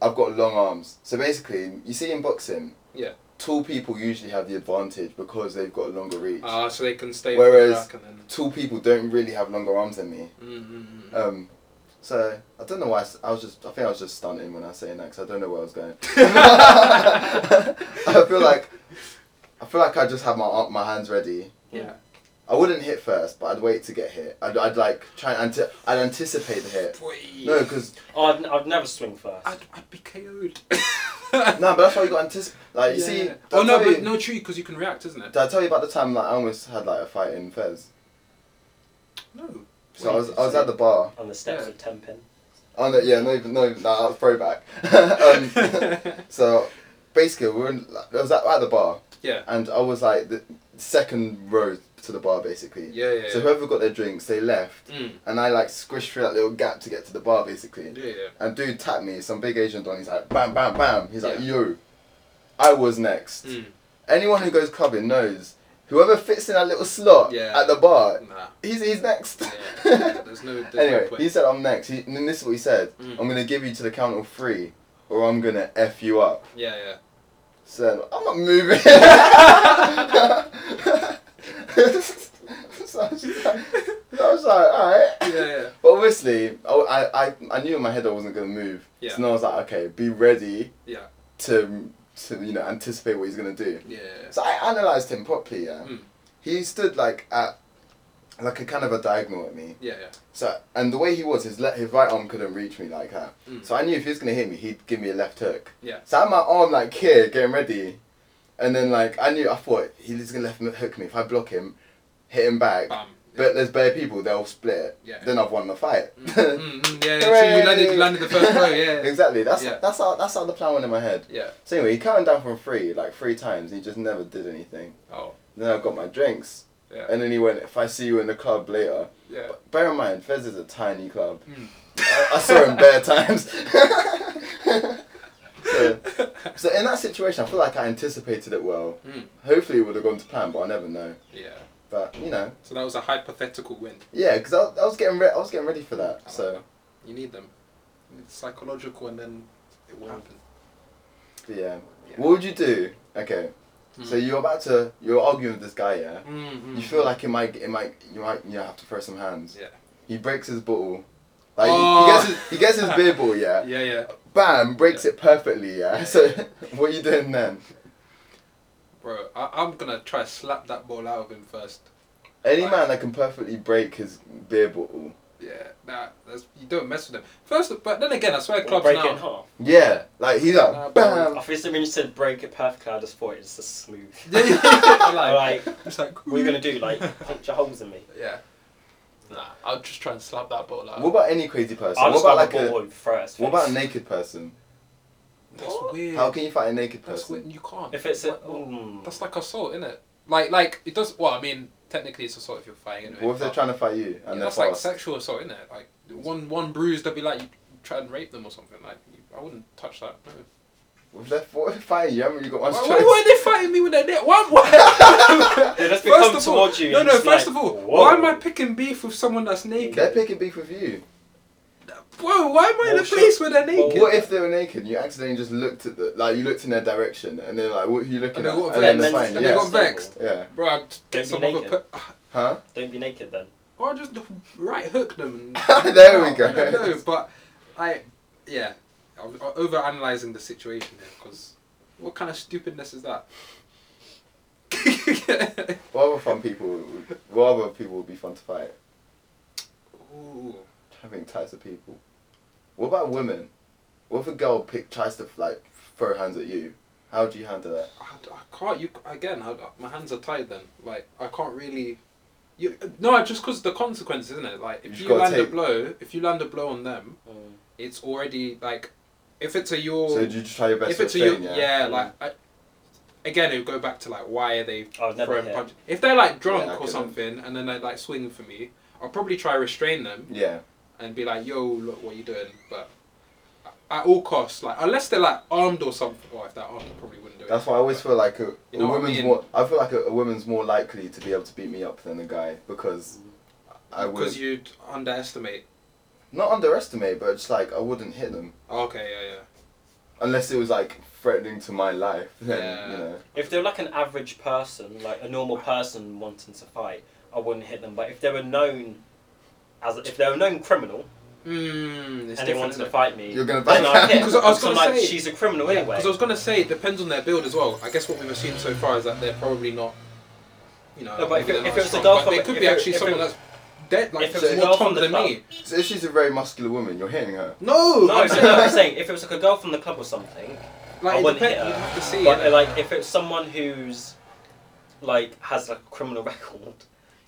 B: I've got long arms. So basically, you see in boxing,
C: Yeah.
B: tall people usually have the advantage because they've got a longer reach.
C: Ah, so they can stay.
B: Whereas-
C: back and
B: tall people don't really have longer arms than me.
C: then. Mm, mm, mm, mm.
B: Um, so I don't know why I, s- I was just. I think I was just stunting when I was saying that 'cause I don't know where I was going.
C: <laughs>
B: <laughs>
C: mm,
B: I feel like I feel like I just have my ar- my hands ready.
C: Yeah.
B: I wouldn't hit first, but I'd wait to get hit. I'd, I'd like try and ante- I'd anticipate the hit.
C: Boy.
B: No, because
A: Oh, I'd, I'd never swing first.
C: I'd, I'd be KO'd.
B: <laughs>
C: <laughs>
B: no, but that's why you got anticipate. Like you
C: Yeah.
B: see.
C: Oh
B: I'll
C: no,
B: tell
C: but
B: you-
C: no, true, because you can react, isn't it?
B: Did I tell you about the time like I almost had like a fight in Fez?
C: No.
B: So I was I was at the bar.
A: on the steps
C: Yeah.
A: of Tenpin.
B: Oh no, yeah, no, even no, even- <laughs> Um,
C: <laughs>
B: nah, that was throwback. um, so basically, we were in, I was at, at the bar
C: Yeah.
B: and I was like the second row to the bar basically.
C: Yeah, yeah,
B: So
C: yeah.
B: whoever got their drinks, they left,
C: Mm.
B: <laughs> and I like squished through that little gap to get to the bar basically.
C: Yeah, yeah.
B: And dude tapped me, some big Asian don. He's like, bam, bam, bam. He's like,
C: Yeah.
B: yo, I was next.
C: Mm.
B: Anyone who goes clubbing knows whoever fits in that little slot
C: Yeah.
B: at the bar,
C: Nah.
B: he's he's next.
C: Yeah. There's no. There's
B: <laughs> anyway,
C: no point.
B: he said, I'm next. He, and this is what he said
C: Mm.
B: I'm going to give you to the count of three, or I'm going to F you up.
C: Yeah, yeah.
B: So I'm not moving. <laughs> so I was just <laughs> like, I was like, alright.
C: Yeah, yeah.
B: But obviously, I, I, I- I knew in my head I wasn't going to move.
C: Yeah.
B: So now I was like, okay, be ready
C: Yeah.
B: to, to you know, anticipate what he's going to do.
C: Yeah.
B: So I analysed him properly, yeah.
C: Mm.
B: He stood like at, like a kind of a diagonal at me.
C: Yeah, yeah.
B: So, and the way he was, his, le- his right arm couldn't reach me like that.
C: Mm.
B: So I knew if he was going to hit me, he'd give me a left hook.
C: Yeah.
B: So I had my arm like here, getting ready. And then like, I knew, I thought, he's going to left hook me. If I block him, hit him back,
C: Bam.
B: but there's bare people, they'll split. it.
C: Ah, Yeah.
B: Then I've won the fight.
C: Mm, mm, mm, yeah, yeah. So you
B: <laughs>
C: landed, you landed the first row. Yeah. yeah.
B: exactly. That's
C: Yeah.
B: that's how that's how the plan went in my head.
C: Yeah.
B: So anyway, he counted down from three like three times. And he just never did anything.
C: Oh.
B: Then I got my drinks,
C: Yeah.
B: and then he went, "If I see you in the club later."
C: yeah.
B: But bear in mind, Fez is a tiny club.
C: Mm.
B: I, I saw him
C: <laughs>
B: bare times. <laughs> so, so in that situation, I feel like I anticipated it well.
C: Mm.
B: Hopefully, it would have gone to plan, but I never know.
C: <laughs> Yeah.
B: But you know,
C: So that was a hypothetical win.
B: yeah, because I, I was getting re- I was getting ready for
C: Oh,
B: that. So
C: you need them. It's psychological, and then it will happen.
B: yeah.
C: Yeah.
B: What would you do? Okay, so
C: Mm.
B: you're about to you're arguing with this guy, yeah.
C: Mm, mm,
B: You feel like it might it might you might you have to throw some hands.
C: Yeah.
B: He breaks his bottle. Like he-
C: Oh.
B: he, gets his, he gets his beer bottle, yeah.
C: <laughs> Yeah, yeah.
B: Bam, breaks it perfectly, yeah.
C: Yeah.
B: So <laughs> what are you doing then?
C: Bro, I, I'm gonna try slap that ball out of him first.
B: Any
C: Right.
B: man that can perfectly break his beer bottle.
C: Yeah, nah, that's, you don't mess with them. First, but then again, I swear
A: Or
C: clubs
A: break it in
B: <laughs>
C: now. <laughs>
A: half.
B: Yeah, like he's like
C: Nah, Uh, bro.
A: I
B: bam.
A: think when you said break it perfectly, I just thought it was just smooth.
C: Yeah, yeah, yeah, like,
A: like,
C: it's like,
A: what are you gonna do? Like puncture holes in me?
C: <laughs> Yeah. Nah, I'll just try and slap that ball out.
B: What about any crazy person?
A: I'll
B: what
A: just
B: about
A: grab
B: like
A: a ball
B: a
A: and throw it. at his
B: what about a
A: face.
B: naked person?
C: That's
A: What?
C: weird.
B: How can you fight a naked
C: that's
B: person?
C: weird. You can't.
A: if it's a
C: Like, what-
A: mm,
C: that's like assault, isn't it? Like, like it does. Well, I mean, technically, it's assault if you're fighting. Anyway,
B: What if they're
C: but-
B: trying to fight you and
C: yeah,
B: they're
C: that's like
B: fast?
C: sexual assault, isn't it? Like one one bruise, they'll be like you try and rape them or something. Like you, I wouldn't touch that. No.
B: What if they're what if they're fighting you? Haven't you got
C: Why,
B: one
C: why,
B: choice?
C: why are they fighting me with their neck? Why?
B: <laughs>
C: why?
A: They just
C: First
A: come
C: of all,
A: towards you
C: no,
A: and
C: no.
A: it's
C: First
A: like,
C: of all,
A: whoa.
C: why am I picking beef with someone that's
B: They're
C: naked?
B: picking beef with you.
C: Whoa, why am I in
A: Well,
C: a
A: sure.
C: place where they're
A: Well,
C: naked?
B: What if they were naked? and You accidentally just looked at the like you looked in their direction, and then like what are you looking
C: And they
B: at?
C: got
B: And then
A: vexed.
B: they're
A: And
B: fine.
A: they
B: Yeah.
A: got-
B: yeah.
C: Bro, I'd
A: Don't
C: get
A: be
C: some other.
A: naked.
C: <sighs> Pe-
B: Huh?
A: Don't be naked then.
C: or just right hook them.
B: <laughs>
C: And
B: There we
C: I
B: go.
C: don't know, but I, yeah, I'm over analyzing the situation here because what kind of stupidness is that? <laughs>
B: What other fun people? would- What other people would be fun to fight?
C: Ooh.
B: I think types of people. What about women? What if a girl pick tries to like throw hands at you? How do you handle that?
C: I, I can't. You again. I, my hands are tied. Then, like, I can't really. You no, just because the consequence, isn't it? Like,
B: You've
C: if you
B: gotta
C: land a
B: take-
C: blow, if you land a blow on them,
A: Mm.
C: it's already like, if it's a your,
B: So do you just try your best?
C: if it's a
B: to
C: your,
B: refrain,
C: yeah, like, I, again, it would go back to like, why are they
A: I would never
C: throwing
A: hit.
C: punch- If they're like drunk
B: Yeah, I
C: or
B: couldn't.
C: something, and then they like swing for me, I'll probably try to restrain them
B: Yeah.
C: and be like, "Yo, look, what you doing?" But at all costs, like unless they're like armed or something, or if they're armed, I probably wouldn't do it.
B: That's why I always feel like a,
C: You know
B: a
C: what I
B: woman's
C: mean?
B: more. I feel like a, a woman's more likely to be able to beat me up than a guy because I would
C: because you'd underestimate.
B: not underestimate, but just like I wouldn't hit them.
C: Okay, yeah, yeah.
B: unless it was like threatening to my life then
C: Yeah.
B: you know
A: If they were like an average person, like a normal person wanting to fight, I wouldn't hit them. But if they were known as if they were a known criminal
C: Mm, it's
A: and they
C: different.
A: wanted
C: isn't
A: to
C: it?
A: fight me,
B: You're gonna
A: then
B: back
A: I'd
B: out.
A: hit.
C: <laughs> 'Cause I was
A: 'Cause I'm
C: gonna
A: like,
C: say-
A: she's a criminal anyway.
C: Because I was gonna say it depends on their build as well. I guess what we've assumed so far is that they're probably not, you know,
A: No, but if
C: maybe
A: it-
C: they're
A: if it
C: not
A: was a
C: strong,
A: girl
C: but
A: from-
C: they could
A: if
C: be
A: it-
C: actually
A: if it
C: someone
A: was-
C: that's dead, like
A: if it was a
C: more
A: girl from
C: tom
A: the
C: than me.
B: so if she's a very muscular woman you're hitting her
C: No,
A: no, I'm saying,
C: <laughs>
A: no, I'm saying if it was like a girl from the club or something, I
C: like it
A: wouldn't
C: depends.
A: hit her.
C: You'd have to see.
A: but
C: it.
A: uh, like if it's someone who's like has like a criminal <laughs> record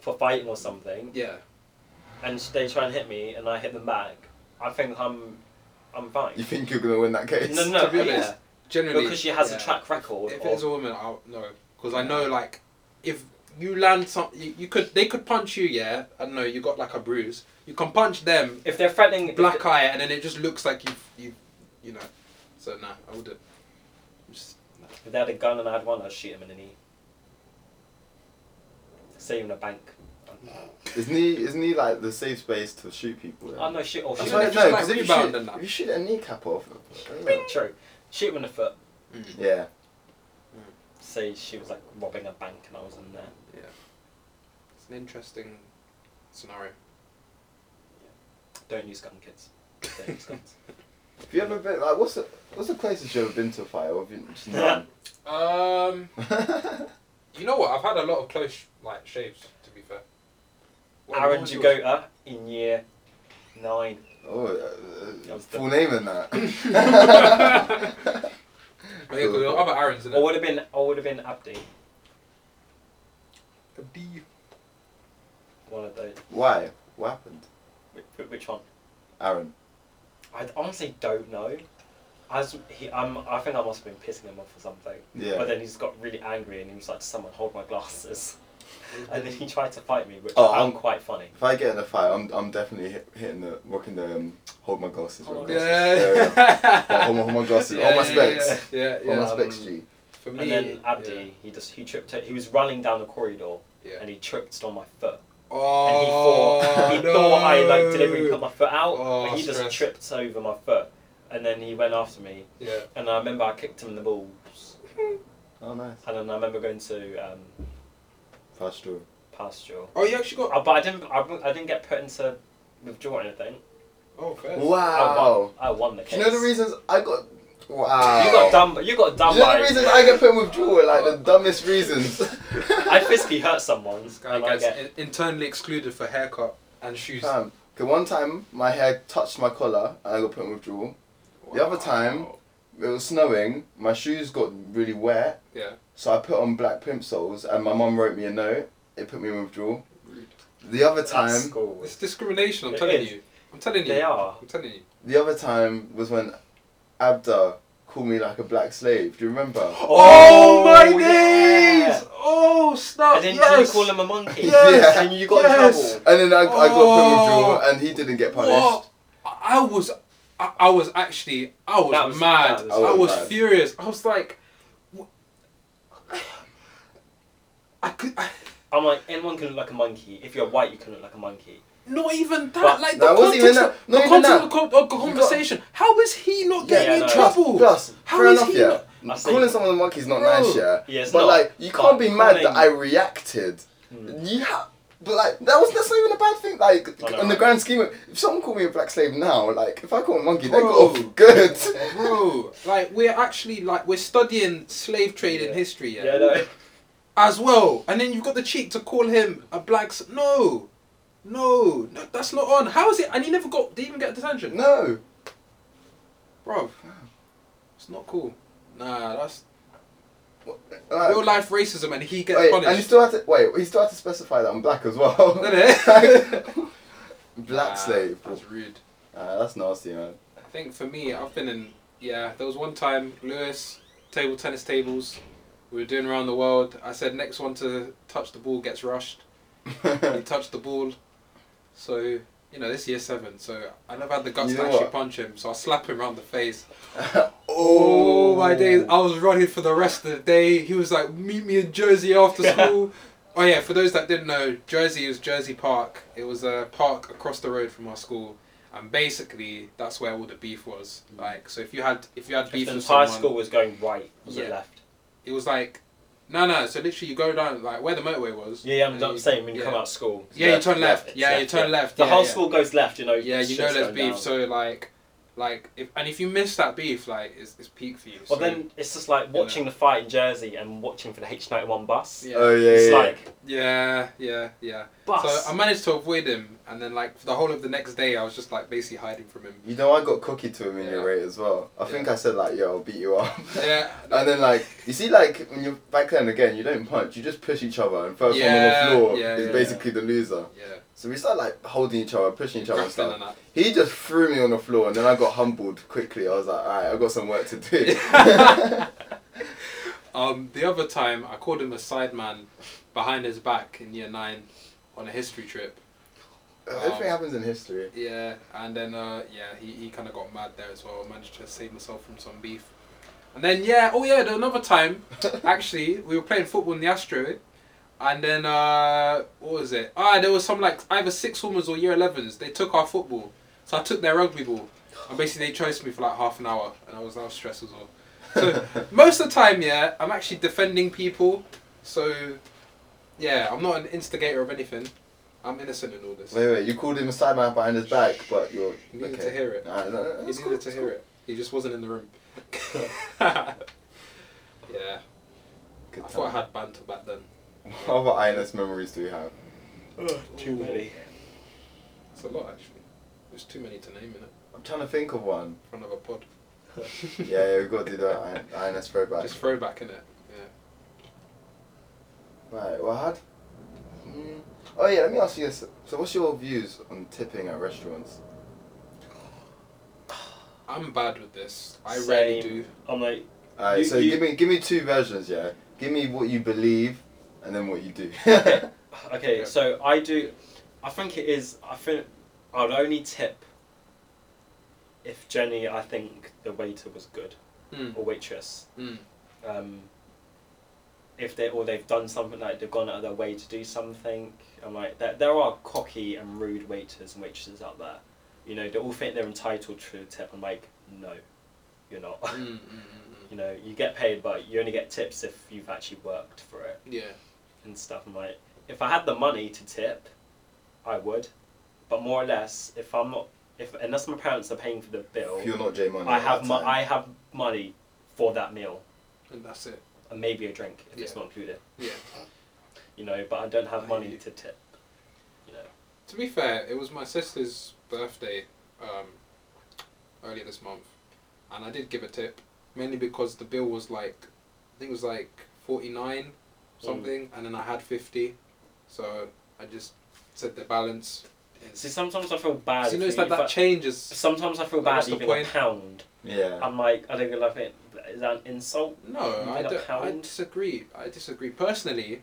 A: for fighting or something,
C: yeah.
A: and they try and hit me and I hit them back, I think I'm, I'm fine.
B: you think you're gonna win that case
A: No, no,
C: to be
A: yeah.
C: honest, generally
A: because she has
C: yeah.
A: a track record.
C: If
A: of-
C: it's a woman, I'll no. because I know like if you land some, you, you could they could punch you. Yeah, I don't know. You got like a bruise. You can punch them
A: If they're threatening
C: black eye, and then it just looks like you you you know. So nah, I would. Just nah.
A: If they had a gun and I had one, I'd shoot him in the knee. Save him in a bank.
B: Mm. Isn't he? Isn't he like the safe space to shoot people?
A: Oh no, shoot! Oh,
B: That's
A: shoot!
B: why,
A: him
B: no,
A: in the
C: Just like
B: 'cause if you
C: rebound
B: shoot,
C: and that.
B: if you shoot a kneecap off,
A: foot. True. Shoot him in the foot.
B: yeah,
A: Say she was like robbing a bank and I was in there.
C: It's an interesting scenario.
A: Don't use gun, kids. Don't use guns.
B: Have you ever been like what's the what's the closest you ever been to a fight? Or have you just none?
C: Um, you know what? I've had a lot of close like shaves. To be fair. What- what
A: Aaron
C: was yours?
A: Jagota in year nine.
B: <laughs> oh, uh, uh,
A: was
B: full name in that.
C: Oh, yeah, 'cause there are other Aaron's in
A: Or
C: it.
A: would have been, or would have been Abdi. One of those.
B: <laughs> Why? What happened,
A: Which, which one?
B: Aaron?
A: I honestly don't know. As he, um, I think I must have been pissing him off or something.
B: Yeah.
A: But then he just got really angry and he was like, "Someone hold my glasses," and then he tried to fight me, which
B: Oh,
A: I found
B: I'm-
A: quite funny.
B: If I get in a fight, I'm I'm definitely hit, hitting the rocking the um, hold my glasses.
A: Hold
B: roll
A: my
B: glasses. Yeah,
A: <laughs>
B: yeah. Oh, Hold my hold my glasses.
C: Yeah,
B: Hold my
C: yeah, yeah,
B: specs.
C: Yeah, yeah.
B: Hold my
A: Um,
B: specs, G.
C: For me,
A: And then Abdi,
C: yeah,
A: he just he tripped. He was running down the corridor
C: Yeah.
A: and he tripped on my foot. and he
C: Oh,
A: thought <laughs> he
C: no.
A: thought I like deliberately put my foot out,
C: Oh,
A: but he just
C: stress.
A: tripped over my foot, and then he went after me,
C: Yeah.
A: and I remember I kicked him in the balls,
B: Oh nice.
A: and then I remember going to um,
B: Fast draw.
A: pasture,
C: Oh, you actually got.
A: uh, but I didn't I, w- I didn't get put into withdrawal or anything.
C: Oh, fair.
A: I won
B: Wow.
A: I won the
B: Do
A: case.
B: you know the reasons I got? Wow.
A: Oh, You got dumb. You got dumb.
B: Do you know
A: by-
B: the reasons I get put in withdrawal are, like the dumbest reasons.
A: <laughs> I physically hurt someone,
C: This guy
A: and I
C: gets
A: get
C: in- internally excluded for haircut and shoes.
B: Um, okay, one time my hair touched my collar and I got put in withdrawal. the other time-
C: Wow.
B: It was snowing. My shoes got really wet,
C: Yeah.
B: so I put on black pimp soles, and my mum wrote me a note. It put me in withdrawal. The other
A: at
B: time,
A: school.
C: It's discrimination. I'm
A: It
C: telling
A: is.
C: you. I'm telling you.
A: They are.
C: I'm telling you.
B: the other time was when Abda called me like a black slave. Do you
C: <gasps>
B: remember?
A: Oh, yeah.
C: Oh snap!
A: And then you call him a monkey,
B: Yes.
A: and you got in
C: Yes.
A: trouble.
B: And then I, I got put in
C: Oh.
B: withdrawal, and he didn't get punished.
C: What? I I was, I, I was actually, I was,
A: That was-
C: mad.
A: that was-
B: I
C: I
B: was
C: was
B: mad.
C: furious. I was like, wha- I could, I,
A: I'm like, anyone can look like a monkey. If you're white, you can look like a monkey.
C: not even that.
A: But-
C: like
B: No,
C: the
B: it wasn't even
C: context,
B: that.
C: of,
B: Not
C: the
B: even
C: context
B: that.
C: of the con- of the
B: got-
C: conversation. How is he not
A: Yeah,
C: getting
A: yeah,
C: in
A: no.
B: Plus-
C: trouble?
B: Plus,
C: How
B: fair
C: is
B: enough,
C: he
B: yeah.
C: not-
A: I see.
B: Calling someone a monkey is not
C: Bro.
B: nice, yeah.
A: Yeah, it's
B: but
A: not.
B: like, you
A: But
B: can't be mad that
A: calling-
B: I reacted.
A: Mm.
B: You ha- but like, that was that's not even a bad thing. Like,
A: I know,
B: on the
A: right?
B: grand scheme, of, if someone called me a black slave now, like, if I call a monkey, they
C: Bro.
B: go off good. <laughs>
C: Bro, like we're actually like we're studying slave trade
A: Yeah.
C: in history, yeah,
A: Yeah, no.
C: as well. And then you've got the cheek to call him a black. S- no, no, no, that's not on. How is it? And he never got. Did he even get a detention?
B: no,
C: Bro, it's not cool. Nah, that's
B: like,
C: real life racism, and he gets
B: Uh, wait,
C: punished.
B: and he still had to wait. He still had to specify that I'm black as well.
C: <laughs> Innit?
B: <laughs> black
C: Nah,
B: slave.
C: That's rude.
B: Ah, that's nasty, man.
C: I think for me, I've been in. Yeah, there was one time Lewis table tennis tables. We were doing around the world. I said next one to touch the ball gets rushed.
B: <laughs>
C: he touched the ball. So, you know, this year seven, so I never had the guts
B: You
C: to
B: know
C: actually
B: what?
C: punch him, so I slap him round the face.
B: oh
C: Oh my days, I was running for the rest of the day. He was like, meet me in Jersey after school. oh yeah, for those that didn't know, Jersey was Jersey Park. It was a park across the road from our school. And basically, that's where all the beef was. Like, so if you had if you had
A: If
C: beef
A: the
C: with
A: entire
C: someone,
A: school was going right, was it
C: Yeah.
A: left?
C: it was like, no, no. So literally, you go down like where the motorway was.
A: Yeah, yeah I'm
C: and
A: not
C: you-
A: saying when you come
C: yeah.
A: out of school. it's
C: Yeah, you turn left.
A: it's
C: Yeah, you turn left.
A: The
C: Yeah,
A: whole
C: yeah.
A: school goes left, you know.
C: Yeah, you
A: shit's
C: know there's
A: going
C: beef,
A: down.
C: so like, like if and if you miss that beef, like it's, it's peak for you.
A: Well,
C: so-
A: then it's just like watching the fight in Jersey and watching for the H91 bus.
C: Yeah.
B: Oh yeah.
A: It's
B: yeah,
A: like,
C: yeah, yeah, yeah.
A: bus.
C: So I managed to avoid him, and then like for the whole of the next day, I was just like basically hiding from him.
B: You know, I got cookie to him in your
C: Yeah.
B: rate as well. I
C: Yeah.
B: think I said like, "Yo, I'll beat you up."
C: Yeah.
B: <laughs> and then like, you see, like when you're back then again, you don't punch. You just push each other, and first
C: Yeah,
B: one on the floor
C: yeah,
B: is
C: yeah,
B: basically the loser.
C: Yeah.
B: So we started like holding each other, pushing each other. And
C: Grappling and
B: stuff.
C: that.
B: He just threw me on the floor,
C: <laughs>
B: <laughs> and then I got humbled quickly. I was like, "All right, I got some work to do."
C: Um, the other time, I called him a sideman behind his back in year nine on a history trip. Oh.
B: Everything happens in history.
C: Yeah, and then uh, yeah, he, he kind of got mad there as well. I managed to save myself from some beef. And then yeah, oh yeah, there- another time actually we were playing football in the Astro, and then uh, what was it? Ah, there was some like either six formers or year elevens. They took our football, so I took their rugby ball, and basically they chose me for like half an hour, and I was I was stressed as well. <laughs> So
B: <laughs>
C: most of the time, yeah, I'm actually defending people. So yeah, I'm not an instigator of anything. I'm innocent in all this.
B: Wait, wait, you called him a sideman behind his back, but you're.
C: He needed
B: okay.
C: to hear it.
B: Nah, no, no, that's
C: He needed
B: cool,
C: to
B: that's
C: hear
B: cool.
C: it. He just wasn't in
B: <laughs>
C: the room. yeah,
B: Good
C: I thought I
B: time.
C: had banter back then.
B: What other INS memories do you have?
A: Too many.
C: It's a lot actually. There's too many to name in it
B: I'm trying to think of one.
C: for another pod.
B: yeah, yeah, we've got to do that I- INS throwback.
C: Just throwback in it. Yeah.
B: Right, well, how d- mm. Oh, yeah, let me ask you this. So, what's your views on tipping at restaurants?
C: I'm bad with this. I rarely
A: Same.
C: do.
A: I'm like,
B: Alright,
A: You-
B: so
A: you-
B: give me give me two versions, yeah? Give me what you believe and then what
A: <laughs>
B: you do. <laughs>
A: Okay. okay,
C: Yeah.
A: so I do. I think it is. I think I'd only tip if Jenny. I think the waiter was good
C: Mm.
A: or waitress.
C: Mm.
A: Um, if they or they've done something like they've gone out of their way to do something. I'm like, there, there are cocky and rude waiters and waitresses out there. You know, they all think they're entitled to a tip. I'm like, no, you're not.
C: Mm, mm, mm, mm.
A: <laughs> you know, you get paid, but you only get tips if you've actually worked for it.
C: Yeah.
A: and stuff. I'm like, if I had the money to tip, I would. But more or less, if I'm not, if unless my parents are paying for the bill,
B: if you're not J Money.
A: I
B: at
A: have
B: that
A: mo-
B: time.
A: I have money for that meal
C: And that's it.
A: and maybe a drink if it's
C: Yeah.
A: not included.
C: Yeah.
A: You know, but I don't
C: I
A: have money
C: hear you.
A: to tip. You know,
C: To be fair, it was my sister's birthday um, earlier this month, and I did give a tip mainly because the bill was like, I think it was like forty nine, something, and then I had fifty, so I just said the balance.
A: see, sometimes I feel bad.
C: So you know,
A: if
C: it's like
A: if I-
C: that changes.
A: Sometimes I feel
C: Like, what's
A: bad
C: the
A: leaving a
C: point?
A: pound.
B: Yeah.
A: I'm like, I don't love it. Is that an insult?
C: No,
A: You
C: I,
A: made a
C: don't- I
A: pound?
C: disagree. I disagree personally.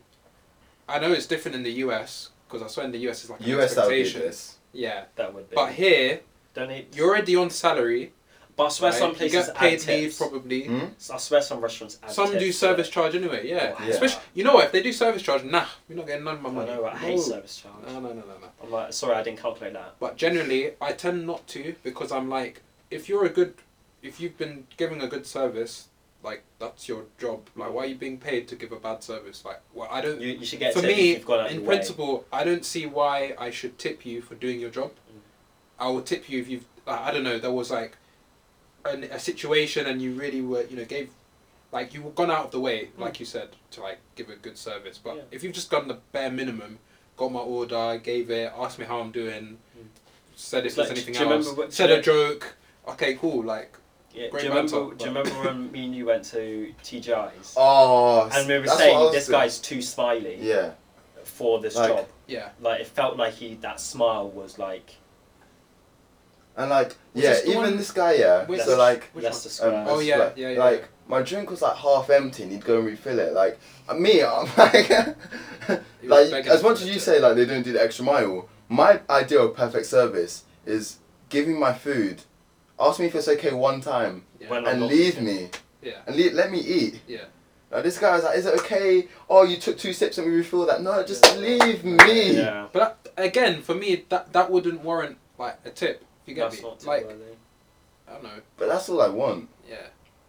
C: I know it's different in the US because I swear in the US it's like an
B: US, that would be
C: expectation.
B: this.
C: Yeah,
A: That would be.
C: but here
A: don't need.
C: you're already on salary.
A: But I swear
C: right?
A: some
C: you
A: places
C: get
A: add
C: paid leave
A: tips.
C: probably.
B: Hmm?
A: I swear some restaurants add
C: Some
A: tips
C: do
A: to
C: service
A: it.
C: charge anyway, yeah.
A: Wow.
C: Especially, you know what? If they do service charge, nah, you're not getting none of my
A: I
C: money.
A: know, I
C: no.
A: hate service charge.
C: No, no, no, no, no.
A: I'm like, sorry, I didn't calculate that.
C: But generally, I tend not to because I'm like, if you're a good, if you've been giving a good service, like that's your job. Like, why are you being paid to give a bad service? Like, well, I don't.
A: You, you should get
C: for
A: tips if
C: me,
A: you've gone out
C: in
A: your
C: principle, I don't see why I should tip you for doing your job.
A: Mm.
C: I will tip you if you've. Like, I don't know. There was like, an, a situation, and you really were, you know, gave, like you were gone out of the way, like you said, to like give a good service. But
A: Mm. Yeah.
C: if you've just done the bare minimum, got my order, gave it, asked me how I'm doing,
A: Mm.
C: said if
A: It's
C: there's
A: like,
C: anything
A: do you remember
C: else,
A: what-
C: said
A: do
C: a
A: you-
C: joke. Okay, cool. Like,
A: way. Yeah,
C: Great
A: do you remember?
C: mentor,
A: Do you
C: but-
A: remember when me and you went to TGI's
B: Oh,
A: and we were
B: that's what I
A: saying
B: was
A: this
B: doing.
A: guy's too smiley
B: Yeah.
A: for this
B: Like-
A: job?
C: yeah,
A: Like it felt like he that smile was like
B: And like,
C: Was
B: yeah,
C: this the
B: even
C: one-
B: this guy, yeah.
C: Wait,
B: so like,
C: Which
A: less
C: one?
A: described.
C: Oh,
B: it's
C: yeah,
B: like-
C: yeah, yeah,
B: Um, Like
C: yeah.
B: my drink was like half empty, and he'd go and refill it. Like uh, me, <laughs> I'm like,
C: He was
B: like
C: begging
B: as
C: for
B: much as
C: it,
B: you
C: yeah.
B: say, like they don't do the extra mile. My idea of perfect service is giving my food, ask me if it's okay one time,
C: yeah,
A: When-
B: and
A: not-
B: leave me,
C: yeah,
B: and le- let me eat.
C: yeah.
B: Like this guy was like, "Is it okay? Oh, you took two sips and we refill that. No, just
A: Yeah.
B: leave me."
A: yeah.
C: But that, again, for me, that that wouldn't warrant like a tip. If you get
A: That's
C: me,
A: not too
C: like
A: worthy.
C: I don't know,
B: But that's all I want.
C: yeah.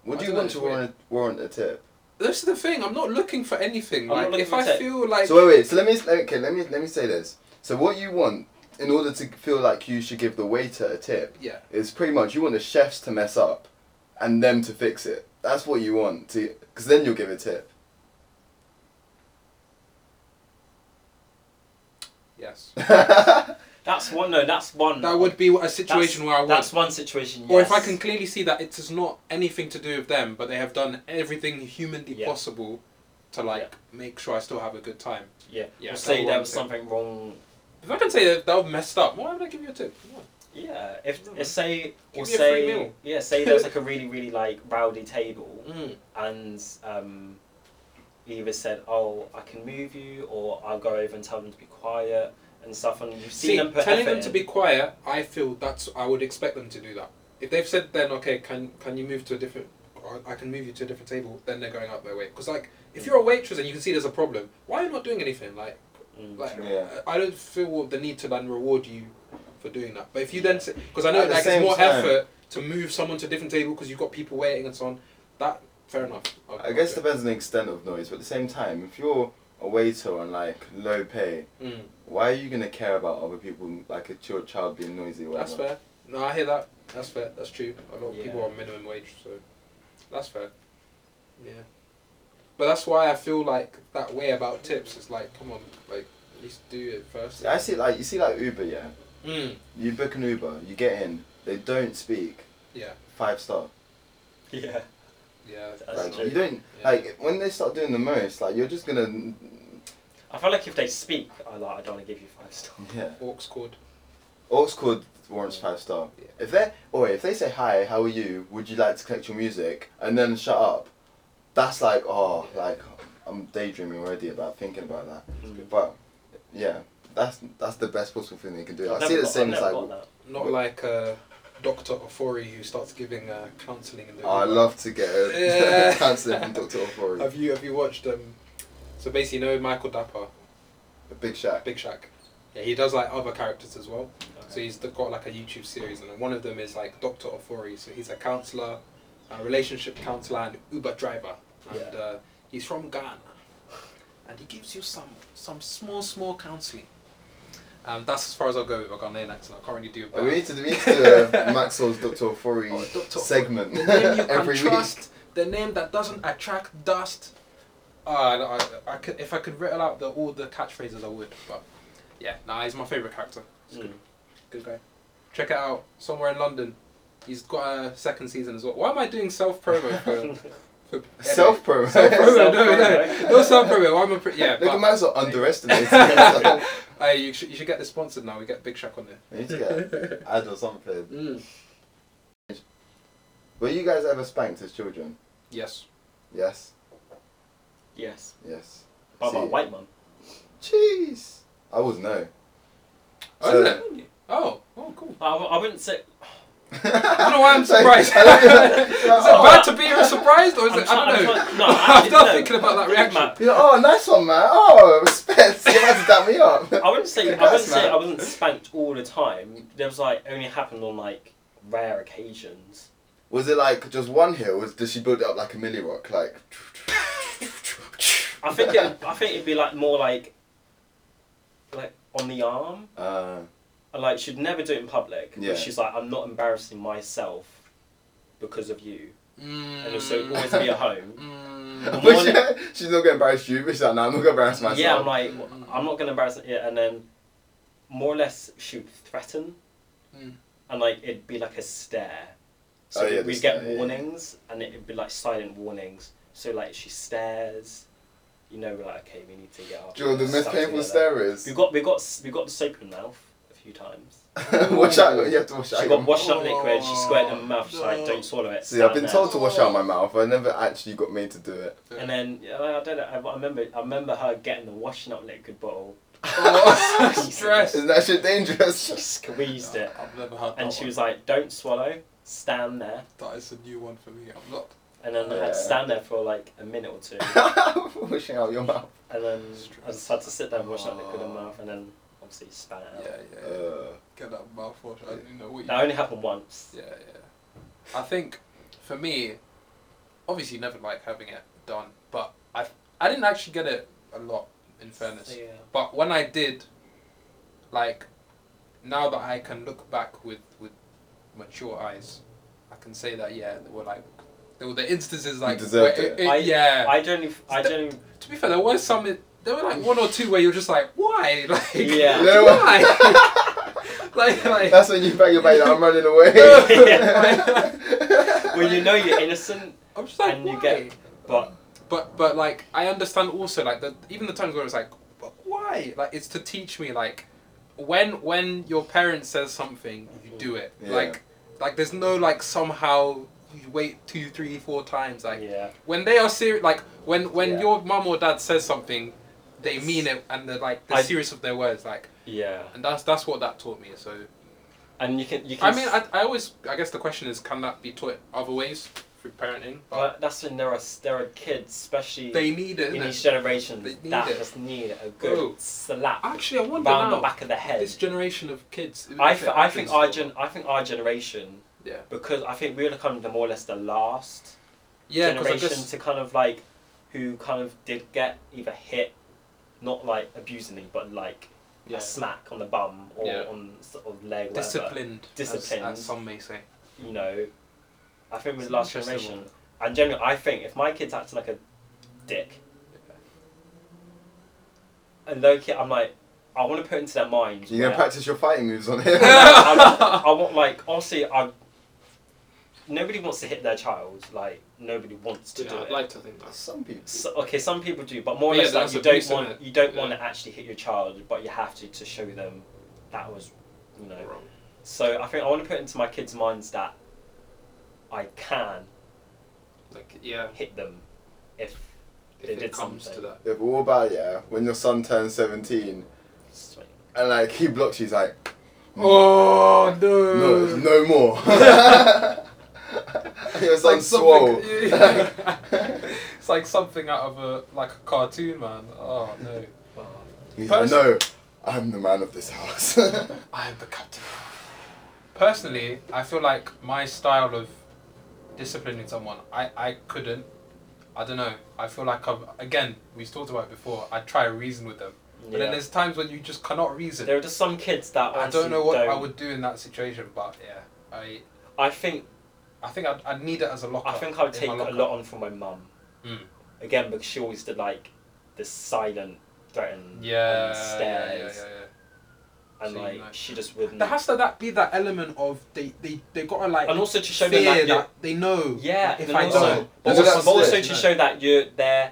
B: Would
C: I
B: you want
C: don't know,
B: to
C: it's weird.
B: warrant warrant a tip?
C: This is the thing. I'm not looking for anything.
A: I'm not
C: like
A: looking
C: if
A: for
C: I
A: tech.
C: feel like
B: So wait, wait. So let me okay. Let me let me say this. So what you want in order to feel like you should give the waiter a tip
C: yeah,
B: is pretty much you want the chefs to mess up, and them to fix it. That's what you want to, because then you'll give a tip. <laughs>
C: yes,
A: That's one. No, that's one.
C: that would be a situation
A: that's,
C: where I would.
A: That's one situation. Yes.
C: Or if I can clearly see that it is not anything to do with them, but they have done everything humanly
A: Yeah.
C: possible to like make sure I still have a good time.
A: yeah,
C: Yeah,
A: or
C: that
A: say
C: one
A: there was
C: tip.
A: something wrong.
C: If I can say that they've messed up, why would I give you a tip? No.
A: Yeah, if,
C: Mhm.
A: if say or
C: Give me a free
A: say
C: meal. <laughs>
A: Mm. yeah, say there was like a really really like rowdy table. and um, either said, "Oh, I can move you," or "I'll go over and tell them to be quiet." And stuff, and you've seen
C: See,
A: them put
C: telling
A: effort
C: them to
A: in.
C: be quiet, I feel that's I would expect them to do that. If they've said then okay, can can you move to a different, or I can move you to a different table, then they're going out their way. Because like if you're a waitress and you can see there's a problem, why are you not doing anything? Like
A: Mm.
C: like
B: Yeah.
C: I don't feel the need to then reward you for doing that. But if you then because I know
B: At the
C: like it's
B: same
C: more
B: time-
C: effort to move someone to a different table because you've got people waiting and so on. That fair enough. I'll-
B: I guess it
C: I'll
B: depends on the extent of noise, but at the same time, if you're a waiter on like low pay,
C: do it. Mm,
B: why are you gonna care about other people like a your child being noisy? Or
C: that's
B: whatever?
C: fair. No, I hear that. That's fair. That's true. A lot of
A: Yeah.
C: people are on minimum wage, so that's fair. Yeah, but that's why I feel like that way about tips. It's like, come on, like at least do it first.
B: I see like you see like Uber, yeah.
A: Hmm.
C: Mm,
B: You book an Uber, you get in, they don't speak.
C: Yeah.
B: Five star.
A: yeah,
C: yeah.
A: That's
B: like
A: true.
B: you don't
C: Yeah.
B: like when they start doing the most, like you're just gonna
A: I feel like if they speak, I like I don't want to give you five
C: <laughs>
A: stars.
B: yeah.
C: Orcs cord.
B: Ox called warrants five star.
C: Yeah.
B: If they or if they say hi, how are you? Would you like to collect your music? And then shut up. That's like oh like I'm daydreaming already about thinking about that.
A: Mm.
B: But yeah, that's that's the best possible thing they can do.
A: I've
B: I see
A: never
B: the
A: got-
B: same
A: I've
B: as
A: never
B: like
A: got that.
C: Not like uh, Doctor Ofori who starts giving uh, counselling in the.
B: oh, I
C: Uber.
B: love to get a <laughs>
C: Yeah.
B: counselor from Doctor Ofori.
C: Have you have you watched um? So basically, you know Michael Dapper,
B: A big shack.
C: Big Shaq. Yeah, he does like other characters as well. So
A: Okay.
C: he's th- got like a YouTube series, and one of them is like Doctor Ofori. So he's a counselor, a relationship counselor, and Uber driver, and
A: Yeah.
C: uh, he's from Ghana, and he gives you some some small small counselling. Um, that's as far as I'll go with a Ghanaian accent. I can't really do.
B: Oh,
C: better.
B: we need to we need to do
C: <laughs>
B: a Maxwell's Doctor Ofori
C: Oh, Dr.
B: segment
C: The name you
B: <laughs> every
C: can
B: week.
C: trust, the name that doesn't attract dust. Uh, I, I, I could, if I could riddle out the, all the catchphrases, I would. But yeah, nah, he's my favorite character. He's
A: Mm.
C: a good, good guy. Check it out somewhere in London. He's got a second season as well. Why am I doing self
B: <laughs>
C: promo for, for
B: Self promo. <laughs>
C: Self promo? <laughs> No, no,
A: Self-promo.
C: no self promo. Why am I? Pre- yeah,
B: Look at
C: but,
B: Maxwell
C: <laughs>
B: underestimating. oh, himself.
C: hey, you should you should get this sponsored now. We get Big Shack on there.
B: We need to get ad or something.
C: Mm.
B: Were you guys ever spanked as children?
C: Yes.
B: Yes.
A: Yes.
B: Yes.
A: By my
B: See.
A: white mum.
B: Jeez. I was no.
C: Oh,
B: So-
C: is it? Oh, oh, cool.
A: I, I wouldn't say.
C: I don't know <laughs> why
B: <laughs>
C: I'm surprised.
B: I
C: <laughs> is
B: love
C: it
B: it. Like, oh,
C: bad to be surprised or is
A: I'm
C: it?
A: try-
C: I
A: I'm
C: don't know.
A: try-
C: <laughs>
A: no,
C: I'm
A: actually,
C: not
A: no.
C: thinking about that
A: Think
C: reaction.
A: about-
B: You're like, oh, nice one, man. Oh, respect. You're about to dap me
C: <laughs>
B: up.
C: Oh.
A: I wouldn't say. I
B: Congrats,
A: wouldn't say
B: man.
A: I wasn't spanked all the time. There was like only happened on like rare occasions.
B: Was it like just one hill? Was did she build it up like a milli rock? Like.
A: I think it, I think it'd be like more like like on the arm.
B: <laughs> Uh,
A: And, like she'd never do it in public.
B: Yeah.
A: But she's like, I'm not embarrassing myself because of you. And
C: Mm,
A: if so it'd
C: <laughs>
A: always be at home.
C: mm,
A: I'm
B: but
A: on
B: yeah, <laughs> she's not gonna embarrass you. But she's like, no, I'm not gonna embarrass <laughs> myself.
A: Yeah, I'm like I'm not gonna embarrass it and then more or less she would threaten
C: Mm.
A: and like it'd be like a stare. So
B: Oh, yeah, the
A: we'd
B: stare,
A: get
B: yeah, yeah.
A: warnings and it'd be like silent warnings. So like she stares, you know we're like, okay, we need to get up.
B: Do you know what the most painful stare is?
A: We got we got we got the soap in the mouth a few times.
B: <laughs> wash out. You have to wash out.
A: She
B: your
A: got washed up liquid, she squared her
C: Oh,
A: mouth, she's like,
C: no.
A: don't swallow it.
B: See,
A: stand
B: I've been
A: there.
B: told to wash out my mouth. I never actually got made to do it.
A: And then yeah, I don't know. I, I remember. I remember her getting the washing up liquid bottle.
C: oh, <laughs> stress.
B: Isn't that shit
A: She
B: dangerous? <laughs>
A: squeezed it,
C: I've never had that
A: and she
C: one.
A: was like, "Don't swallow. Stand there."
C: That is a new one for me. I'm not
A: And then I had
B: Yeah.
A: to stand there for like a minute
B: <laughs>
A: or two,
B: Washing out your mouth.
A: and then I just had to sit there and wash that liquid in my mouth, and then obviously spat it out.
C: yeah, yeah, yeah.
B: Uh,
C: Get that mouthwash. I didn't know what you
A: That only happened once.
C: Yeah, yeah. I think for me, obviously you never like having it done, but I I didn't actually get it a lot in fairness.
A: Yeah.
C: But when I did, like, now that I can look back with with mature eyes, I can say that yeah, there were like there were the instances like
B: deserved
C: where
B: it.
A: I-
C: yeah.
A: I don't. I don't.
C: to be fair, there were some. There were like one or two where you're just like, why? <laughs> Like,
A: Yeah.
B: No.
C: why? <laughs> like, like,
B: That's when you bang your bag. I'm running
A: <laughs>
B: away. <laughs>
C: Yeah.
A: Well, you know you're innocent,
C: I'm just like,
A: and you
C: why?
A: get- but
C: But but like I understand also like the even the times where it's like but why like it's to teach me like when when your parent says something you do it
B: Yeah.
C: like like there's no like somehow you wait two, three, four times. Like
A: yeah.
C: when they are serious, like when when
A: Yeah.
C: your mum or dad says something, they
A: It's-
C: mean it and they're like they're
A: I-
C: serious of their words. Like
A: Yeah.
C: and that's that's what that taught me. So
A: And you can you can.
C: I mean, I, I always I guess the question is, can that be taught other ways through parenting? But
A: but that's when there are there are kids, especially
C: they need it.
A: in
C: innit?
A: each generation,
C: They need
A: that
C: it.
A: just need a good
C: Bro.
A: slap
C: Actually, I wonder
A: round the
C: now.
A: back of the head.
C: This generation of kids.
A: I,
C: if
A: th-
C: it
A: I think
C: happens
A: our
C: to
A: gen-
C: them.
A: I think our generation
C: Yeah.
A: because I think we were kind of the more or less the last
C: Yeah, because I
A: generation
C: guess
A: to kind of like who kind of did get either hit, not like abusingly, but like
C: yeah.
A: a smack on the bum or
C: Yeah.
A: on sort of leg, whatever,
C: disciplined. as-
A: Disciplined.
C: as some may say.
A: You know, I think we're
C: It's
A: the last
C: an interesting
A: generation. And generally, I think if my kids acting like a dick, and low key, I'm like, I want to put into their mind.
B: You're gonna
A: where-
B: practice your fighting moves on here.
A: <laughs> I, I want like honestly, I nobody wants to hit their child. Like nobody wants to
C: Yeah,
A: do
C: I'd
A: it.
C: like to think
B: <laughs>
C: that.
B: Some people.
A: so, okay, some people do, but more or
C: Yeah,
A: less like
C: that's
A: you don't
C: abuse,
A: want
C: isn't it?
A: you don't want
C: Yeah.
A: to actually hit your child, but you have to to show them that was, you know.
C: Wrong.
A: So I think I want to put into my kids' minds that I can
C: Like, yeah,
A: hit them if
C: if
A: They
C: it
A: did
C: comes to
A: something.
C: that.
B: Yeah, but what about yeah? When your son turns seventeen and like he blocks you, he's like,
C: Oh no!
B: no,
C: <laughs>
B: no more. <laughs> your
C: It's like
B: son's swole.
C: something. <laughs> it's like something out of a like a cartoon, man. Oh no!
B: he's like,
C: Pers-
B: no, I'm the man of this house. <laughs>
C: I am the captain. Personally, I feel like my style of disciplining someone, I, I couldn't. I don't know. I feel like I've again we've talked about it before. I try to reason with them, but then
A: Yeah.
C: there's times when you just cannot reason.
A: There are just some kids that
C: I
A: honestly
C: don't know what I would do in that situation, but yeah, I
A: I think
C: I think I'd, I'd need it as a locker.
A: I think I would
C: in
A: take a
C: my locker.
A: lot on from my mum.
C: Mm.
A: Again, because she always did like the silent threaten
C: Yeah,
A: on
C: yeah, yeah, yeah,
A: stairs
C: yeah.
A: and
C: So you
A: like
C: know.
A: she just wouldn't
C: There has to that be that element of they they they gotta like
A: and also to show them
C: fear
A: that,
C: that,
A: you're-
C: they know.
A: yeah
C: if
A: and
C: I
A: also,
C: don't,
A: but
B: There's
A: also,
B: a lot
A: but also to
B: upstairs,
C: you know.
A: show that you're there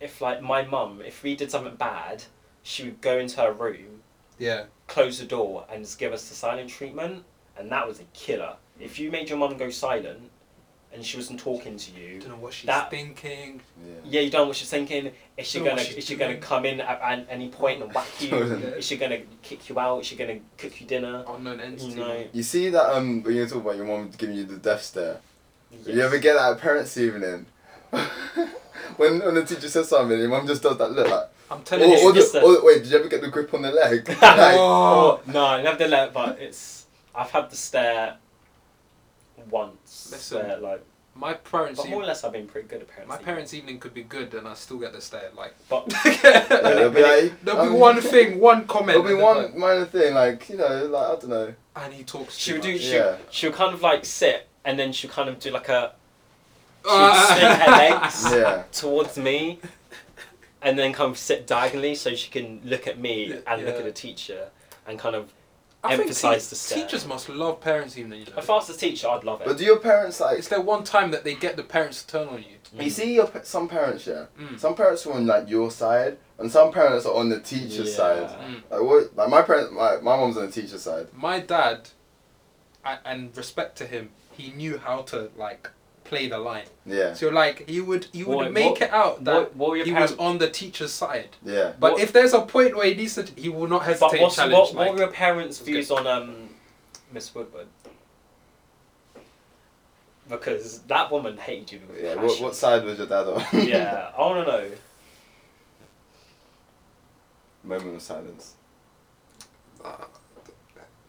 A: if like my mum if we did something bad she would go into her room
C: yeah,
A: close the door and just give us the silent treatment and that was a killer
C: Mm.
A: if you made your mum go silent and she wasn't talking to you
C: don't know what she's
A: That-
C: thinking.
A: Yeah, you don't know what she's thinking. Is she
C: Don't know
A: gonna
C: what she's
A: is she gonna
C: doing.
A: come in at, at any point and whack
B: <laughs>
A: you?
B: Jordan.
A: is she gonna kick you out? Is she gonna cook you dinner?
C: Unknown entity.
A: You know.
B: You see that um when you talk about your mom giving you the death stare. You
A: Yes.
B: ever get that at parents' evening? <laughs> when when the teacher says something, your mum just does that look like.
C: I'm
B: Or,
C: telling you,
B: or
A: just
B: the,
A: a-
B: or, wait, did you ever get the grip on the
C: <laughs>
B: leg? Like,
A: <laughs> Oh no, never done that. But it's I've had the stare once.
C: Listen,
A: where, like,
C: my parents.
A: but more or
C: Even,
A: less, I've been pretty good at parents.
C: my parents' evening could be good, and I still get the stare.
A: <laughs>
C: Like, <laughs>
A: But
B: yeah, they'll
C: there'll
B: be like, um,
C: be one thing, one comment.
B: <laughs> There'll be
C: and they'll
B: one
C: like,
B: minor thing, like you know, like I don't know.
C: and he talks.
A: she
C: too
A: would do.
C: much.
A: She
B: Yeah.
A: she would kind of like sit and then she would kind of do like a she would
C: <laughs> Ah.
A: swing her legs
C: <laughs>
B: Yeah.
A: towards me. And then kind of sit diagonally so she can look at me
C: Yeah,
A: and look
C: yeah.
A: at the teacher and kind of
C: I think
A: emphasise
C: te-
A: the stare.
C: Teachers must love parents' evening. You know?
A: If I was a teacher, I'd love it.
B: But do your parents like?
C: it's their one time that they get the parents to turn on you.
B: You see, your pa- some parents, yeah,
C: Mm.
B: some parents are on like your side, and some parents are on the teacher's
A: Yeah.
B: side.
C: Mm.
B: Like what? Like my parents, my my mom's on the teacher's side.
C: my dad, I, and respect to him, he knew how to like play the line.
B: Yeah,
C: So like he would he would
A: What-
C: make
A: what-
C: it out that
A: what, what were your
C: he
A: parents?
C: was on the teacher's side.
B: yeah.
C: But
A: What-
C: if there's a point where he needs to, he will not hesitate.
A: but
C: to
A: what's,
C: challenge,
A: what,
C: like,
A: what were your parents'
C: Let's go.
A: views on um, Miss Woodward? Because that woman hated you. With
B: Yeah,
A: passion.
B: what, what side was your dad on?
A: <laughs> yeah, I want to know.
B: <laughs> Moment of silence. <laughs>
C: uh,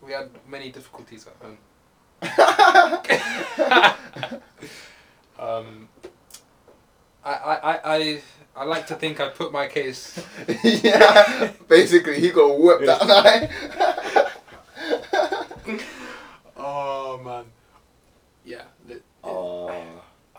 C: we had many difficulties at home. um, I, I, I, I, I like to think I put
A: <laughs>
C: my case.
B: yeah, basically, he got whipped that night.
C: Oh man, yeah. It,
B: oh.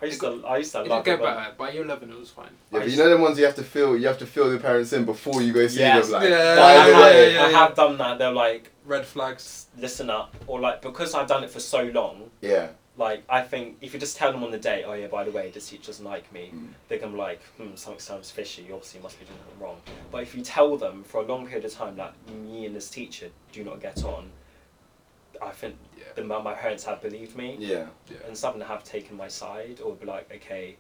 A: I used to, I used to
C: it didn't
A: love
C: get
A: it. when-
C: better. By year eleven, it was fine.
B: Yeah, but you know them ones you have to feel. You have to feel the parents in before you go see
A: Yes. Uh-huh,
B: them. Like,
C: Yeah.
A: I
B: by the
A: have-
B: way.
C: yeah,
A: I
C: yeah.
A: have done that. They're like,
C: Red flags.
A: listen up, or like because I've done it for so long.
B: yeah.
A: Like I think if you just tell them on the day, oh yeah, by the way, this teacher doesn't like me,
B: Mm.
A: they're gonna be like, hmm, something sounds fishy. You obviously must be doing something wrong. But if you tell them for a long period of time that me and this teacher do not get on, I I think
C: Yeah.
A: the, my my parents have believed me,
B: Yeah.
C: Yeah.
A: and some have taken my side or be like, okay,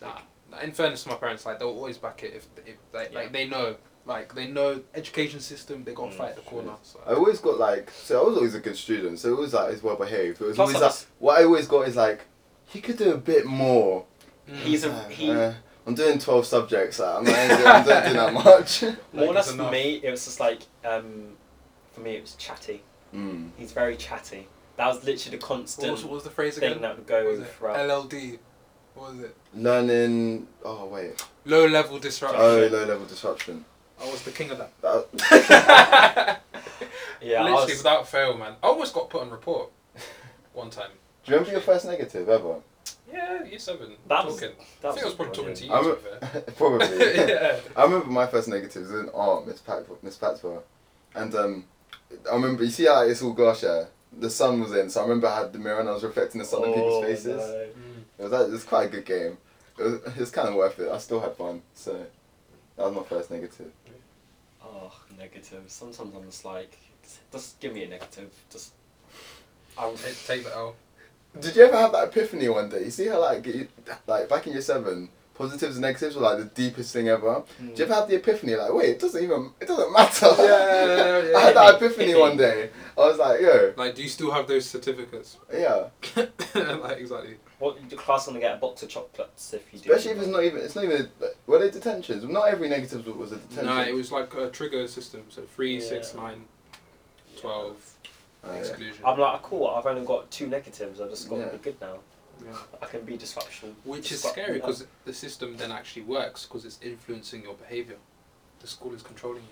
C: Nah. Nah, In fairness to my parents, like they'll always back it if, if like,
A: Yeah.
C: like they know, like they know education system. They gotta
A: Mm,
C: fight the corner. So.
B: I always got like so I was always a good student, so it was like it's well behaved. It was
A: Plus
B: always
A: I
B: like
A: was-
B: what I always got is like he could do a bit more.
C: Mm.
A: he's a
B: Uh,
A: he.
B: uh, I'm doing twelve subjects. Like, I'm not I'm not doing
A: <laughs>
B: that much.
A: more
C: Like,
A: or
C: it's
A: less for
C: enough.
A: me, it was just like um, for me it was chatty.
B: Mm.
A: He's very chatty. That was literally the
C: What
A: constant
C: was, what was the phrase
A: thing
C: again?
A: that would
C: What
A: go
C: was it?
A: throughout.
C: LLD. What was it?
B: Learning. Oh wait.
C: Low level disruption.
B: Oh, low level disruption.
C: I was the king <laughs> of that.
A: <laughs>
B: That-
A: Yeah, I
C: Uh, Literally
A: was,
C: without fail, man. I almost got put on report one time.
B: Do you remember your first negative ever?
C: Yeah, year seven.
A: That was-
C: talking.
A: that
C: I think I was probably talking
A: brilliant.
C: to you.
B: I'm
C: To
B: a-
C: be fair.
B: <laughs>
A: <laughs>
B: Probably.
C: <laughs> yeah.
B: I remember my first negatives in art, Miss Pat, Miss Patswell, and um, I remember you see how it's all glass, yeah. The sun was in, so I remember I had the mirror and I was reflecting the sun in people's
A: Oh,
B: faces.
A: no.
B: It was act- it was quite a good game. It was, it was kind of worth it. I still had fun, so that was my first negative.
A: Oh, negative. Sometimes I'm just like, just, just give me a negative. Just. I'm,
C: Take, take that out.
B: Did you ever have that epiphany one day? You see how like you, like back in year seven, positives and negatives were like the deepest thing ever. Do you ever have the epiphany like, wait, it doesn't even it doesn't <laughs> matter.
C: Hmm. Yeah, yeah,
B: I had that
A: yeah.
B: epiphany one day. I was like, yo,
C: Like, do you still have those certificates? <coughs>
B: yeah.
C: like, exactly.
A: what your class gonna get a box of chocolates if you do?
B: Especially if it's not even it's not even were they detentions? Not every negative was a detention.
C: No, it was like a trigger system. So three, six,
A: Yeah.
C: nine, twelve
B: Oh, yeah.
C: exclusion.
A: I'm like, cool. I've only got two negatives. I've just got
B: Yeah.
A: to be good now.
C: Yeah.
A: I can be disruption.
C: Which is
A: disrupt-
C: scary because the system then actually works because it's influencing your behavior. The school is controlling you.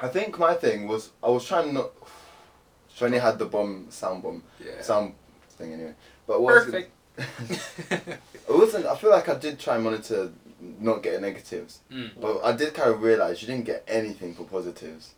B: I think my thing was I was trying not. Shani had the bomb sound bomb
C: Yeah.
B: sound thing anyway, but what was it-
C: Perfect.
B: <laughs>
C: <laughs>
B: it wasn't. I feel like I did try and monitor not getting negatives,
C: Mm.
B: but I did kind of realize you didn't get anything for positives.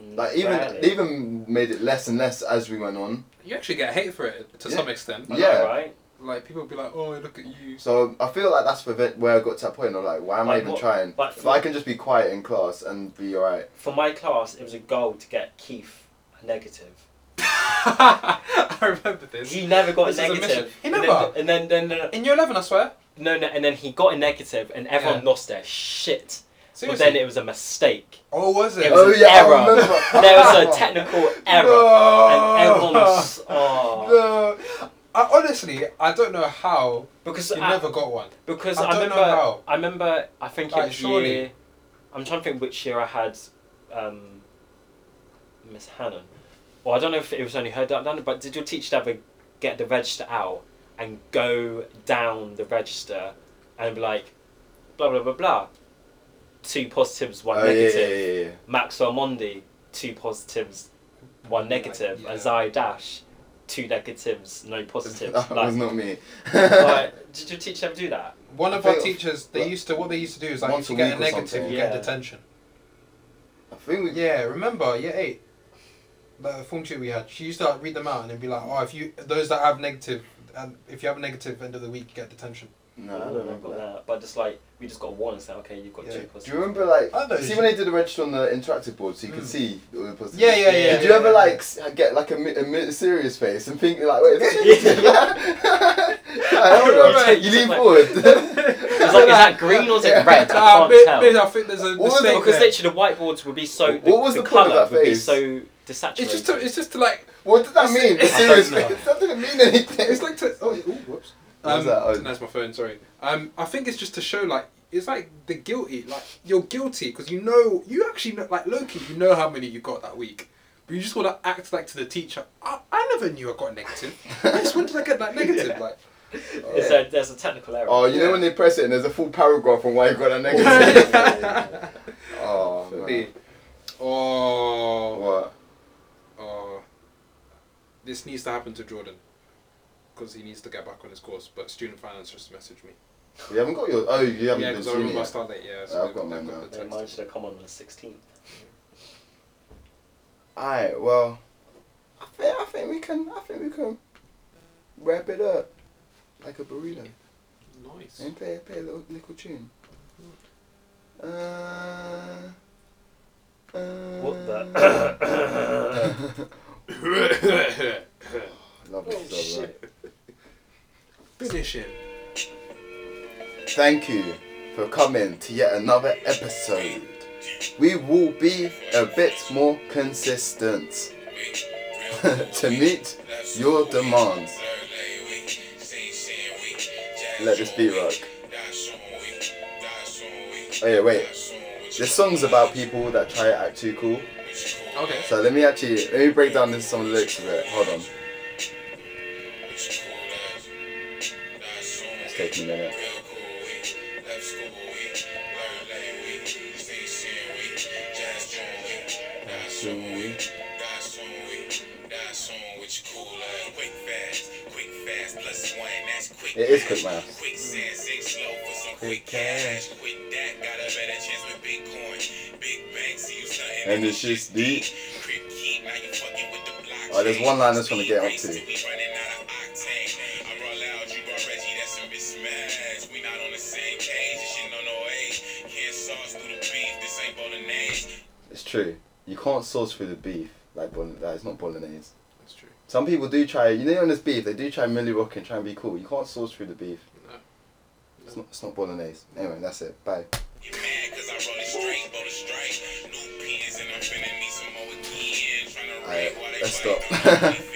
A: Mm,
B: Like even
A: rarely.
B: they even made it less and less as we went on.
C: You actually get hate for it to
B: Yeah.
C: some extent.
A: I know,
B: yeah.
A: right?
C: Like people be like, "Oh, look at <laughs> you."
B: So I feel like that's the bit where I got to that point. I'm like, why am I
A: Like
B: even
A: what-
B: trying?
A: like-
B: if I can just be quiet in class and be alright.
A: For my class, it was a goal to get Keith a negative.
C: I remember this.
A: He never got
C: This
A: a
C: is a mission.
A: negative.
C: He
A: And then-
C: never?
A: And then, then, then,
C: In year eleven, I swear.
A: no, no, and then he got a negative, and everyone
C: Yeah.
A: lost their shit.
C: Seriously.
A: But then it was a mistake.
C: oh, was it?
A: It was
B: Oh,
A: an
B: yeah, I
A: error. <laughs>
B: remember.
A: there
C: <laughs>
A: was a technical error.
C: No.
A: And everyone
C: <laughs>
A: was. Oh.
C: No. I, honestly, I don't know how
A: Because
C: you
A: I,
C: never got one.
A: because
C: I
A: I,
C: don't
A: remember,
C: know how.
A: I remember. I think it
C: Like,
A: was
C: surely.
A: year. I'm trying to think which year I had um, Miss Hannon. Well, I don't know if it was only her that done it, but did your teacher ever get the register out and go down the register and be like, blah blah blah blah, two positives, one
B: Oh, yeah,
A: negative.
B: yeah, yeah, yeah.
A: Maxwell Mondi, two positives, one negative.
C: yeah.
A: Azai Dash, two negatives, no positives.
B: <laughs> That
A: like, <laughs>
B: was not me.
A: like, did your teacher ever do that?
C: One of
B: I
C: our
B: think-
C: teachers, they
B: well,
C: used to what they used to do is like
B: once
C: if
B: a
C: you get a
B: week or
C: negative,
B: something.
C: you
A: Yeah.
C: get detention.
B: <laughs> I think we.
C: Yeah, remember year eight, the form tutor we had, she used to like, read them out and then be like, "Oh, if you those that have negative, and if you have a negative end of the week, you get detention."
B: No, I
A: I've
B: don't remember
A: got
B: that.
A: But just like we just got one and said, okay, you've got
C: Yeah.
A: two
C: Do
A: positives.
B: Do you remember like?
C: I know,
B: see
C: you-
B: when they did the register on the interactive board, so you could
C: Mm.
B: see all the positives.
C: Yeah, yeah, yeah.
B: Did you
C: yeah,
B: ever
C: yeah.
B: like s- get like a, mi- a mi- serious face and think like, wait, is <laughs> that
A: I
B: hold
A: remember
B: on,
A: it.
B: you lean forward.
A: It's
B: <laughs>
A: like, is that green or is
B: Yeah.
A: it red? I
C: Nah,
A: can't
C: mate,
A: tell.
C: mate, I think there's a
B: What was
C: mistake
B: it?
A: because
C: there.
A: literally the whiteboards would be so. The,
B: What was the point of
A: colour
B: that
A: would be
B: face?
A: so desaturated.
C: it's just to, it's just to like
B: what did that mean?
C: I don't
B: serious
A: know.
B: face. That didn't mean anything.
C: it's like to oh ooh, whoops.
B: What
C: Um,
B: was that? Oh.
C: That's my phone. Sorry. Um, I think it's just to show like it's like the guilty, like you're guilty because you know you actually know, like Loki. You know how many you got that week, but you just want to act like to the teacher. I, I never knew I got a negative. I just when did I get that negative?
A: Yeah.
C: Like
A: It's a- there's a technical error.
B: Oh, you know
C: Yeah.
B: when they press it and there's a full paragraph on why you got that negative.
C: <laughs>
B: <laughs>
A: Yeah.
B: oh man.
C: Hey. oh,
B: What?
C: oh, this needs to happen to Jordan because he needs to get back on his course. But student finance just messaged me.
B: You haven't got your. Oh, you haven't
C: yeah,
B: been
C: because I
B: seen it.
C: remember I
B: yet.
C: started late. Yeah,
B: I've
C: so they've
B: got
C: they've
B: mine
C: got
B: now.
C: the
A: They
C: text.
A: managed to come on the 16th.
B: Alright, well, I think, I think we can I think we can wrap it up like a burrito
C: Nice.
B: and play play a little little tune. Uh, uh,
A: <coughs> What the?
B: um, <coughs>
C: <laughs>
B: Love
A: Oh,
B: this song,
A: shit.
B: right?
C: Finish it.
B: Thank you for coming to yet another episode. We will be a bit more consistent <laughs> to meet your demands. Let this beat rock. Oh yeah, wait. This song's about people that try to act too cool.
C: Okay.
B: So let me actually let me break down this some of the lyrics of it. Hold on, it's taking a minute. It is quick math.
D: Quick sand, six slow for some quick cash. Quick that, got a better chance with Bitcoin. Big banks use nothing.
B: And it's just deep.
D: Crip keep, now you fucking with the block.
B: Oh, there's one line I just wanna get up to.
D: I'm Raul Loud, you brought Reggie, that's a mismatch. We not on the same page, this shit no no age. Can't sauce through the beef, this ain't bolognese.
B: It's true. You can't source through the beef like bol- that. It's not bolognese.
C: That's true.
B: Some people do try. You know, on this beef, they do try Millie Rock and try and be cool. You can't source through the beef.
C: No.
B: It's not. It's not bolognese. Anyway, that's it. Bye.
D: You mad cause I roll it straight, bowl a strike. New pins and I'm finna need some more again. Tryna
B: Alright,
D: rate while they
B: let's
D: fight.
B: stop. <laughs>